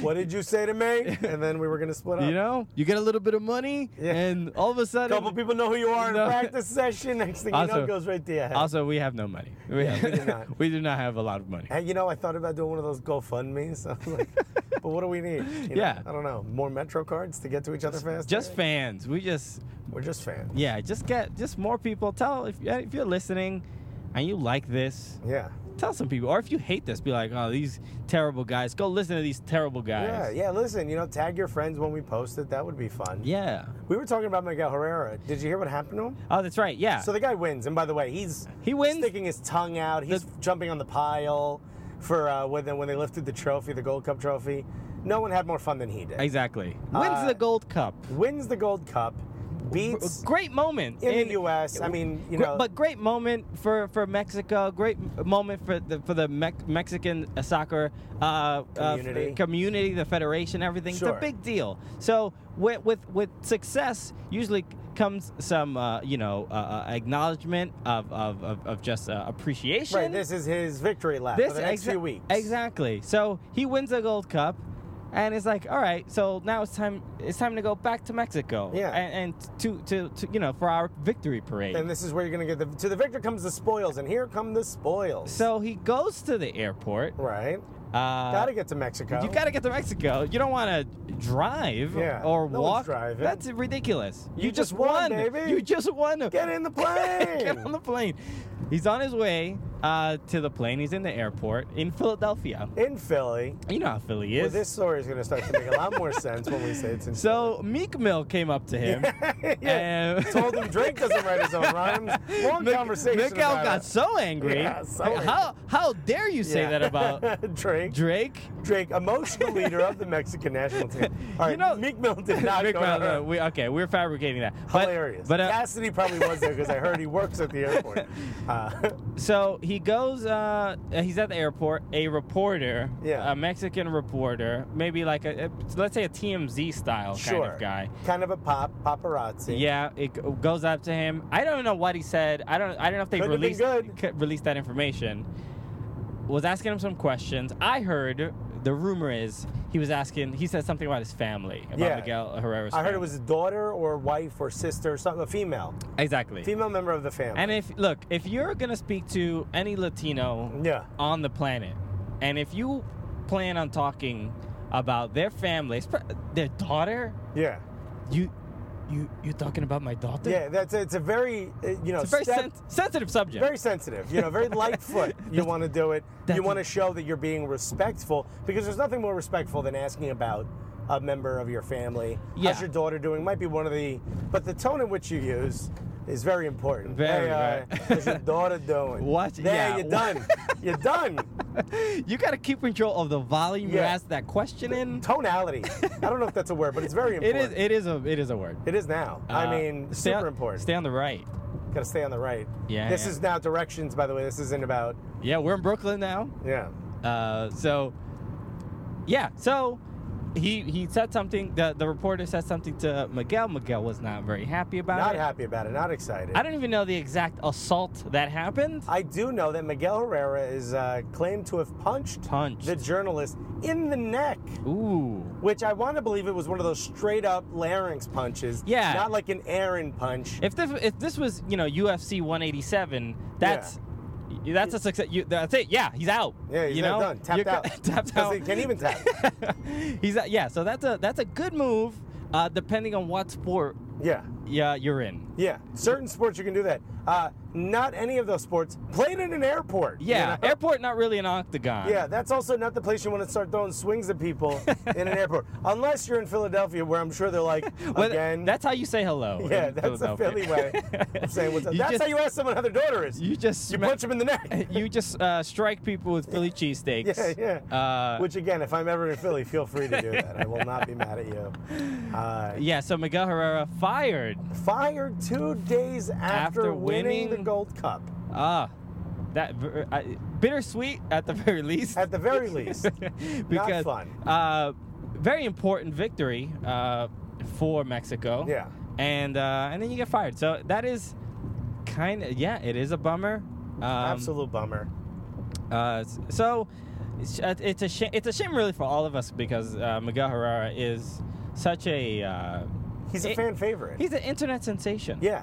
S3: what did you say to me? And then we were gonna split up.
S2: you know, you get a little bit of money,
S3: Yeah.
S2: and all of a
S3: a
S2: sudden,
S3: couple people know who you are in
S2: No.
S3: a practice session. Next thing you know,
S2: Also-
S3: it goes right to your head.
S2: Also, we have no money. We,
S3: we do
S2: [laughs]
S3: not.
S2: we do not have a lot of money.
S3: Hey, you know, I thought about doing one of those GoFundMe's. [laughs] I was like, but what do we need? You know,
S2: Yeah.
S3: I don't know. More Metro cards to get to each other faster.
S2: Just fans. We just,
S3: We're just fans.
S2: yeah, just get just more people. Tell if if you're listening, and you like this,
S3: Yeah.
S2: tell some people. Or if you hate this, be like, oh, these terrible guys. Go listen to these terrible
S3: Yeah.
S2: guys.
S3: Yeah. Listen, you know, tag your friends when we post it. That would be fun.
S2: Yeah.
S3: We were talking about Miguel Herrera. Did you hear what happened to him?
S2: Oh, that's right. Yeah.
S3: So the guy wins, and by the way, he's
S2: He wins?
S3: sticking his tongue out. He's
S2: The-
S3: jumping on the pile for uh, when they, when they lifted the trophy, the Gold Cup trophy. No one had more fun than he did.
S2: exactly. Wins
S3: Uh,
S2: the gold cup.
S3: Wins the Gold Cup, beats
S2: Great moment
S3: in the U.S. I mean, you
S2: Gre-
S3: know,
S2: but great moment for, for Mexico. Great m- moment for the for the Mex- Mexican uh, soccer uh, Uh,
S3: Community.
S2: f- community, the federation, everything. It's
S3: Sure.
S2: a big deal. So with with, with success usually comes some uh, you know uh, uh, acknowledgement of of, of, of just uh, appreciation.
S3: right, this is his victory lap for the next
S2: exa-
S3: few weeks.
S2: Exactly. So he wins the gold cup. And it's like, all right, so now it's time. It's time to go back to Mexico,
S3: Yeah.
S2: and, and to, to, to you know for our victory parade.
S3: And this is where you're going to get the to the victor comes the spoils, and here come the spoils.
S2: So he goes to the airport.
S3: right,
S2: Uh,
S3: gotta get to Mexico.
S2: you gotta get to Mexico. You don't want to drive
S3: Yeah,
S2: or
S3: no one's
S2: walk.
S3: driving.
S2: That's ridiculous.
S3: You just won, baby.
S2: You just won. [laughs]
S3: Get in the plane.
S2: Get on the plane. He's on his way uh, to the plane. He's in the airport in Philadelphia.
S3: in Philly.
S2: You know how Philly
S3: Well,
S2: is.
S3: this story is going to start to make a lot more sense when we say it's in
S2: so Meek Mill came up to him.
S3: [laughs] yeah.
S2: and- [laughs]
S3: Told him Drake doesn't write his own rhymes. Long
S2: Mik-
S3: conversation.
S2: Mikhail
S3: about
S2: got
S3: it.
S2: so angry.
S3: Yeah, so
S2: Like,
S3: angry.
S2: How how dare you say
S3: Yeah.
S2: that about
S3: [laughs] [laughs] Drake.
S2: Drake?
S3: Drake, emotional leader of the Mexican national
S2: [laughs]
S3: team. All right,
S2: You know-
S3: Meek Mill did not
S2: Mikhail,
S3: go to
S2: no,
S3: her.
S2: uh, we, okay, we're fabricating that. But-
S3: Hilarious.
S2: But, uh,
S3: Cassidy probably was there because I heard he works at
S2: [laughs]
S3: the airport. Uh,
S2: so he goes. Uh, he's at the airport. A reporter,
S3: Yeah.
S2: a Mexican reporter, maybe like a, a- let's say a TMZ style
S3: sure.
S2: kind of guy.
S3: Kind of a pop paparazzi.
S2: Yeah, it g- goes up to him. I don't know what he said. I don't. I don't know if they
S3: Couldn't have been
S2: released
S3: good.
S2: c- released that information. Was asking him some questions. I heard the rumor is he was asking. He said something about his family. About
S3: Yeah.
S2: Miguel Herrera's.
S3: I heard it
S2: family.
S3: was a daughter or wife or sister or something, a female.
S2: exactly.
S3: Female member of the family.
S2: And if look, if you're gonna speak to any Latino
S3: Yeah.
S2: on the planet, and if you plan on talking about their family, sp- their daughter,
S3: yeah.
S2: you you you're talking about my daughter.
S3: Yeah, that's it's a very uh, you know
S2: It's a very
S3: step-
S2: sen- sensitive subject.
S3: very sensitive. You
S2: [laughs]
S3: know, very lightfoot. You want to do it.
S2: that's-
S3: You want to show that you're being respectful because there's nothing more respectful than asking about a member of your family.
S2: Yeah.
S3: How's your daughter doing? Might be one of the, but the tone in which you use is very important.
S2: Very,
S3: Hey, uh,
S2: very.
S3: how's
S2: [laughs]
S3: your daughter doing?
S2: What?
S3: There,
S2: Yeah. [laughs]
S3: you're done. you're done.
S2: you got to keep control of the volume you
S3: Yeah.
S2: ask that question in.
S3: Tonality. I don't know if that's a word, but it's very
S2: It
S3: important.
S2: is. It is a. It is a word.
S3: It is now. I
S2: Uh,
S3: mean,
S2: stay
S3: super
S2: on-
S3: important.
S2: Stay on the right.
S3: Got to stay on the right.
S2: Yeah,
S3: This
S2: yeah.
S3: is now directions, by the way. This isn't about.
S2: Yeah, we're in Brooklyn now.
S3: Yeah.
S2: Uh, so, yeah. So he he said something. The the reporter said something to Miguel. Miguel was not very happy about
S3: Not
S2: it.
S3: happy about it. Not excited.
S2: I don't even know the exact assault that happened.
S3: I do know that Miguel Herrera is uh, claimed to have punched,
S2: Punched.
S3: the journalist in the neck,
S2: Ooh.
S3: which I want to believe it was one of those straight up larynx punches.
S2: Yeah.
S3: Not like an Aaron punch.
S2: If this if this was you know UFC 187, that's. That's a success. You, that's it. Yeah, he's out.
S3: yeah, he's
S2: you
S3: not
S2: know,
S3: done. Tapped
S2: You're go-
S3: out.
S2: [laughs] tapped
S3: 'Cause
S2: out.
S3: He can't
S2: [laughs]
S3: even tap.
S2: He's uh, yeah, so that's a that's a good move, uh, depending on what sport
S3: yeah.
S2: yeah you're in.
S3: Yeah. Certain sports you can do that. Uh, not any of those sports. Played in an airport. you
S2: Yeah,
S3: know?
S2: airport not really an octagon.
S3: Yeah, that's also not the place you want to start throwing swings at
S2: [laughs]
S3: people in an airport, unless you're in Philadelphia, where I'm sure they're like
S2: Well,
S3: again.
S2: that's how you say hello.
S3: [laughs] yeah,
S2: in
S3: that's a
S2: Philadelphia.
S3: Philly way of saying what's up.
S2: You
S3: that's
S2: just-
S3: how you ask someone how their daughter
S2: [laughs]
S3: is.
S2: You just
S3: You
S2: sma-
S3: punch him in the
S2: [laughs]
S3: neck. [laughs]
S2: you just uh, strike people with Philly
S3: Yeah,
S2: cheesesteaks.
S3: yeah.
S2: Uh,
S3: Which again, if I'm ever in Philly, feel free
S2: [laughs]
S3: to do that. I will not be mad at you. Uh,
S2: yeah. So Miguel Herrera fired.
S3: fired two days after,
S2: After
S3: winning, the
S2: winning-
S3: Gold Cup,
S2: Ah, that ver- uh, bittersweet at the [laughs] very least.
S3: at the
S2: [laughs]
S3: very least.
S2: Um, because
S3: fun.
S2: Uh, very important victory uh, for Mexico.
S3: Yeah.
S2: and uh, and then you get fired. So that is kind of yeah, it is a bummer. Um,
S3: Absolute bummer.
S2: Uh, so it's, uh, it's a shame. It's a shame really for all of us because uh, Miguel Herrera is such a uh,
S3: He's a
S2: it-
S3: fan favorite.
S2: He's an internet sensation.
S3: Yeah,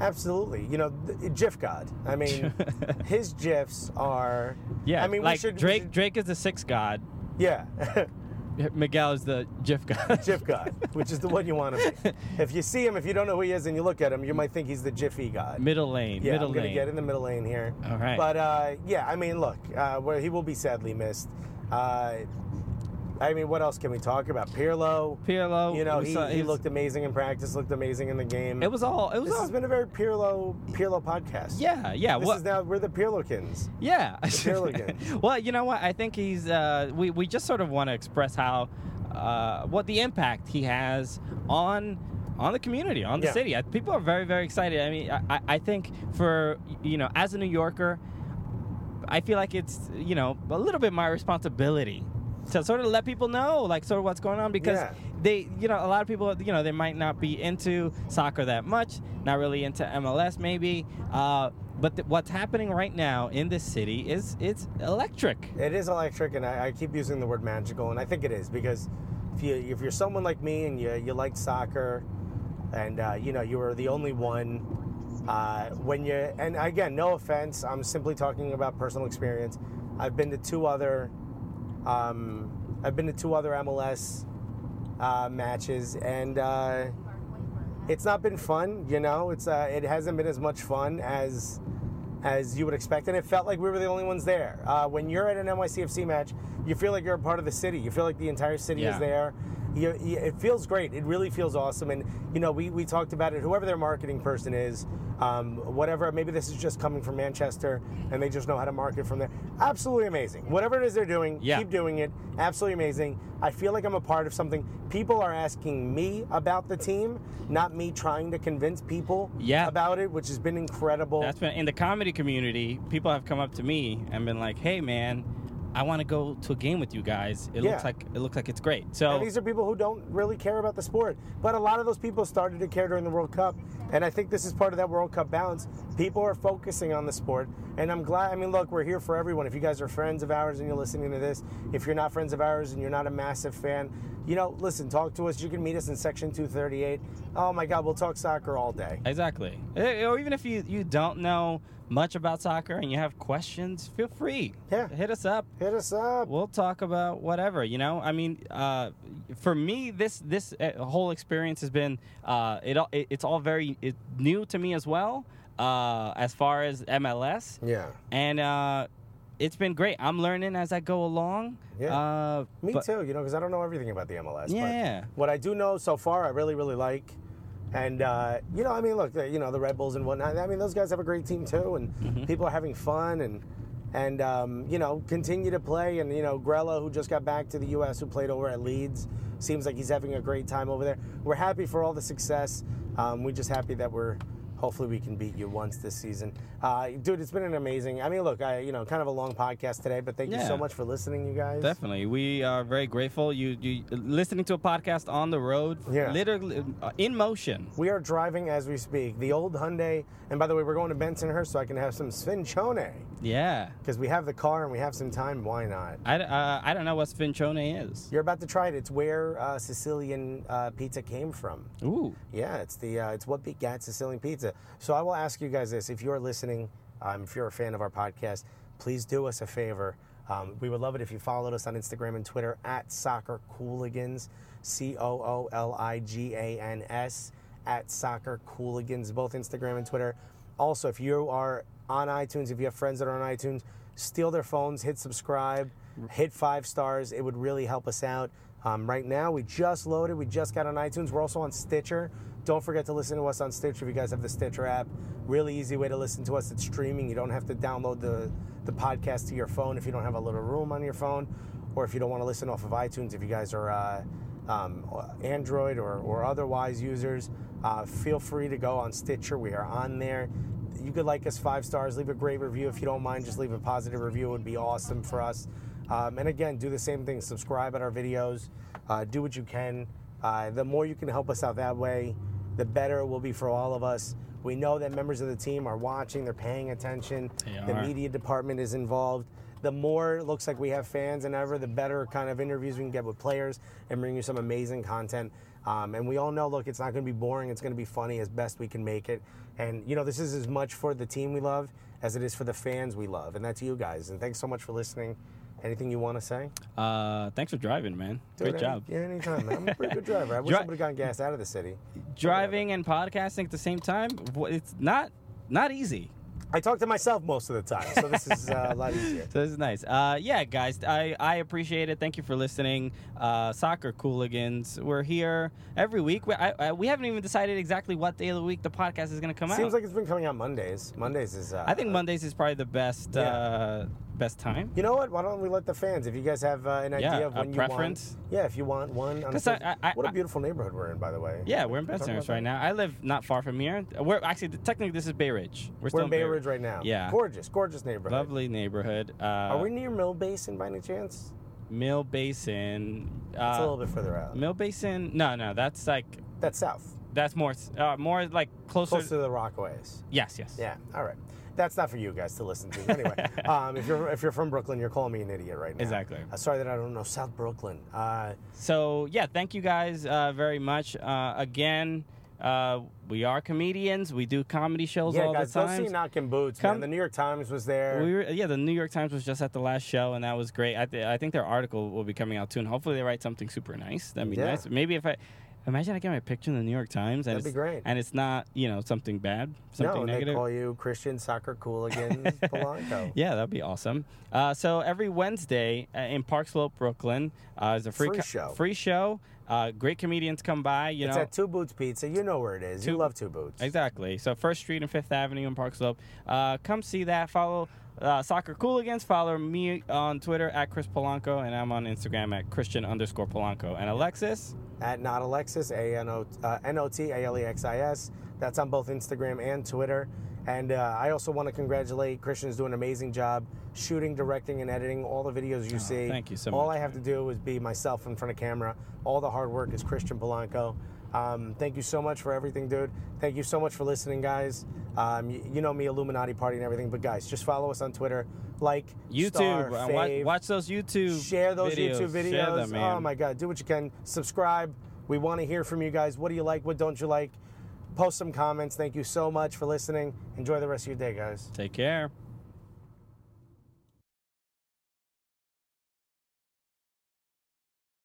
S3: absolutely. You know, th- GIF God.
S2: [laughs]
S3: I mean, his GIFs are.
S2: yeah.
S3: I mean,
S2: like
S3: we should we
S2: Drake.
S3: should-
S2: Drake is the sixth god.
S3: yeah, [laughs]
S2: Miguel is the GIF god.
S3: GIF God, which is the one you want to be. If you see him, if you don't know who he is, and you look at him, you might think he's the Jiffy
S2: [laughs]
S3: God.
S2: middle lane.
S3: yeah,
S2: middle
S3: I'm
S2: lane.
S3: gonna get in the middle lane here.
S2: All right.
S3: But uh, yeah, I mean, look, uh, where he will be sadly missed. Uh, I mean, what else can we talk about? Pirlo.
S2: Pirlo.
S3: You know,
S2: we
S3: he,
S2: saw-
S3: he
S2: was-
S3: looked amazing in practice. Looked amazing in the game.
S2: It was all. It was
S3: This
S2: all.
S3: has been a very Pirlo Pirlo podcast.
S2: yeah. Yeah.
S3: This
S2: well,
S3: is now we're the Pirlokins.
S2: Yeah.
S3: Kerrigan.
S2: [laughs] well, you know what? I think he's. Uh, we we just sort of want to express how, uh, what the impact he has on on the community, on the
S3: Yeah.
S2: city. I, people are very very excited. I mean, I, I- I think for you know, as a New Yorker, I feel like it's you know a little bit my responsibility to sort of let people know like sort of what's going on because
S3: Yeah.
S2: they you know a lot of people you know they might not be into soccer that much not really into MLS maybe uh, but th- what's happening right now in this city is it's electric
S3: It is electric, and I, I keep using the word magical, and I think it is because if you if you're someone like me and you you like soccer, and uh, you know you were the only one. Uh, when you and again, no offense, I'm simply talking about personal experience. I've been to two other, um, I've been to two other MLS uh, matches, and uh, it's not been fun. You know, it's uh, it hasn't been as much fun as as you would expect, and it felt like we were the only ones there. Uh, when you're at an NYCFC match, you feel like you're a part of the city. You feel like the entire city
S9: Yeah.
S3: is there. You, you, it feels great. It really feels awesome. And you know, we, we talked about it. Whoever their marketing person is, um, whatever. Maybe this is just coming from Manchester, and they just know how to market from there. Absolutely amazing. Whatever it is they're doing,
S9: Yeah.
S3: keep doing it. Absolutely amazing. I feel like I'm a part of something. People are asking me about the team, not me trying to convince people
S2: Yeah.
S3: about it, which has been incredible.
S2: That's been in the comedy community. People have come up to me and been like, "Hey, man, I want to go to a game with you guys. It
S3: Yeah.
S2: looks like it looks like it's great." So
S3: And these are people who don't really care about the sport. But a lot of those people started to care during the World Cup. And I think this is part of that World Cup balance. People are focusing on the sport. And I'm glad, I mean, look, we're here for everyone. If you guys are friends of ours and you're listening to this, if you're not friends of ours and you're not a massive fan, you know, listen, talk to us. You can meet us in section 238. Oh my God, we'll talk soccer all day.
S2: exactly. Eh, Or even if you you don't know much about soccer and you have questions, feel free.
S3: Yeah.
S2: hit us up.
S3: Hit us up.
S2: We'll talk about whatever you know. I mean, uh, for me, this this uh, whole experience has been uh, it, all- it. It's all very it, new to me as well. Uh, as far as MLS,
S3: Yeah.
S2: and uh, it's been great. I'm learning as I go along.
S3: Yeah.
S2: Uh,
S3: Me
S2: but-
S3: too, you know, because I don't know everything about the MLS. but
S2: Yeah.
S3: what I do know so far, I really, really like. And, uh, you know, I mean, look, you know, the Red Bulls and whatnot, I mean, those guys have a great team too, and
S2: Mm-hmm.
S3: people are having fun and, and um, you know, continue to play. And, you know, Grella, who just got back to the U.S., who played over at Leeds, seems like he's having a great time over there. We're happy for all the success. Um, we're just happy that we're. Hopefully we can beat you once this season, uh, dude. It's been an amazing. I mean, look, I you know, kind of a long podcast today, but thank you so
S2: Yeah.
S3: much for listening, you guys.
S2: Definitely, we are very grateful. You, you listening to a podcast on the road,
S3: Yeah.
S2: literally uh, in motion.
S3: We are driving as we speak. The old Hyundai, and by the way, we're going to Bensonhurst so I can have some sfincione
S2: Yeah,
S3: because we have the car and we have some time. Why not?
S2: I, uh, I don't know what Sfincione is.
S3: You're about to try it. It's where uh, Sicilian uh, pizza came from.
S2: Ooh,
S3: Yeah, it's the uh, it's what begat Sicilian pizza. So I will ask you guys this: if you are listening, um, if you're a fan of our podcast, please do us a favor. Um, we would love it if you followed us on Instagram and Twitter at Soccer Cooligans, C O O L I G A N S, at Soccer Cooligans, both Instagram and Twitter. Also, if you are on iTunes, if you have friends that are on iTunes, steal their phones, hit subscribe, hit five stars. It would really help us out. Um, right now, we just loaded. We just got on iTunes. We're also on Stitcher. Don't forget to listen to us on Stitcher if you guys have the Stitcher app. Really easy way to listen to us. It's streaming. You don't have to download the, the podcast to your phone if you don't have a little room on your phone, or if you don't want to listen off of iTunes if you guys are uh, um, Android or, or otherwise users. Uh, feel free to go on Stitcher. We are on there. You could like us five stars, leave a great review if you don't mind. Just leave a positive review; it would be awesome for us. Um, and again, do the same thing. Subscribe at our videos. Uh, do what you can. Uh, the more you can help us out that way, the better it will be for all of us. We know that members of the team are watching; they're paying attention. the
S2: are.
S3: media department is involved. The more it looks like we have fans and ever, the better kind of interviews we can get with players and bring you some amazing content. Um, and we all know, look, it's not going to be boring. It's going to be funny as best we can make it. And, you know, this is as much for the team we love as it is for the fans we love. And that's you guys. And thanks so much for listening. Anything you want to say?
S2: uh, thanks for driving, man.
S3: Dude,
S2: Great
S3: any-
S2: job.
S3: Yeah, anytime. man. I'm a
S2: [laughs]
S3: pretty good driver. I wish
S2: Dri-
S3: I would have gotten gas out of the city.
S2: Driving and podcasting at the same time, wh- it's not not easy.
S3: I talk to myself most of the time, so this is uh, a
S2: [laughs]
S3: lot easier.
S2: So this is nice. Uh, yeah, guys, I, I appreciate it. Thank you for listening. Uh, soccer Cooligans, we're here every week. We, I, I, we haven't even decided exactly what day of the week the podcast is going to come out.
S3: Seems like it's been coming out Mondays. Mondays is. Uh,
S2: I think Mondays is probably the best
S3: Yeah.
S2: uh, best time.
S3: You know what? Why don't we let the fans? If you guys have uh, an idea
S2: Yeah,
S3: of
S2: a
S3: when you
S2: preference?
S3: want, yeah, if you want one, on a
S2: 'Cause I-
S3: Thursday-
S2: I- I-
S3: what a
S2: I-
S3: beautiful neighborhood we're in, by the way.
S2: Yeah, we're in
S3: Talk about
S2: Bensonhurst
S3: that.
S2: right now. I live not far from here. We're actually technically this is Bay Ridge. We're,
S3: We're
S2: still
S3: in Bay Ridge right now.
S2: Yeah,
S3: gorgeous, gorgeous neighborhood.
S2: lovely neighborhood. Uh,
S3: Are we near Mill Basin by any chance?
S2: Mill Basin? Uh,
S3: It's a little bit further out.
S2: Mill Basin? No, no, that's like
S3: That's south,
S2: that's more uh, more like closer.
S3: close to the Rockaways.
S2: yes, yes.
S3: Yeah. All right. That's not for you guys to
S2: [laughs]
S3: listen to. Anyway, um, if you're if you're from Brooklyn, you're calling me an idiot right now.
S2: Exactly.
S3: Uh, sorry that I don't know South Brooklyn. Uh,
S2: So yeah, thank you guys uh, very much. Uh, again, uh, we are comedians. We do comedy shows
S3: yeah,
S2: all
S3: guys,
S2: the
S3: go
S2: time.
S3: see Knockin' Boots.
S2: Come-
S3: man. The New York Times was there.
S2: We were, yeah, the New York Times was just at the last show, and that was great. I, th- I think their article will be coming out soon. Hopefully, they write something super nice. That'd be
S3: Yeah.
S2: nice. Maybe if I, Imagine I get my picture in the New York Times. And
S3: That'd be
S2: it's-
S3: great.
S2: And it's not, you know, something bad, something
S3: no, and
S2: negative.
S3: they call you Christian Soccer
S2: [laughs]
S3: Cooligan Polanco.
S2: Yeah, that'd be awesome. Uh, so every Wednesday uh, in Park Slope, Brooklyn, uh, is a free,
S3: Free
S2: co-
S3: show.
S2: Free show. Uh, great comedians come by. You
S3: It's
S2: know,
S3: at Two Boots Pizza. You know where it is.
S2: Two-
S3: you love Two Boots.
S2: Exactly. So First Street and Fifth Avenue in Park Slope. Uh, come see that. Follow uh, Soccer Cooligans. Follow me on Twitter at Chris Polanco, and I'm on Instagram at Christian underscore Polanco. And Alexis,
S3: at not Alexis, A N O uh, N O T A L E X I S. That's on both Instagram and Twitter. And uh, I also want to congratulate Christian's doing an amazing job shooting, directing, and editing all the videos you see.
S2: Oh, thank you so
S3: All
S2: much,
S3: I have to do is be myself in front of camera. All the hard work is Christian Polanco. Um, thank you so much for everything, dude. Thank you so much for listening, guys. Um, you, you know me, Illuminati Party, and everything. But guys, just follow us on Twitter, like,
S2: YouTube.
S3: star,
S2: uh, wa-
S3: fave,
S2: watch those YouTube.
S3: share those
S2: videos.
S3: YouTube videos.
S2: Share them, man.
S3: Oh my God, do what you can. Subscribe. We want to hear from you guys. What do you like? What don't you like? Post some comments. Thank you so much for listening. Enjoy the rest of your day, guys.
S2: Take care.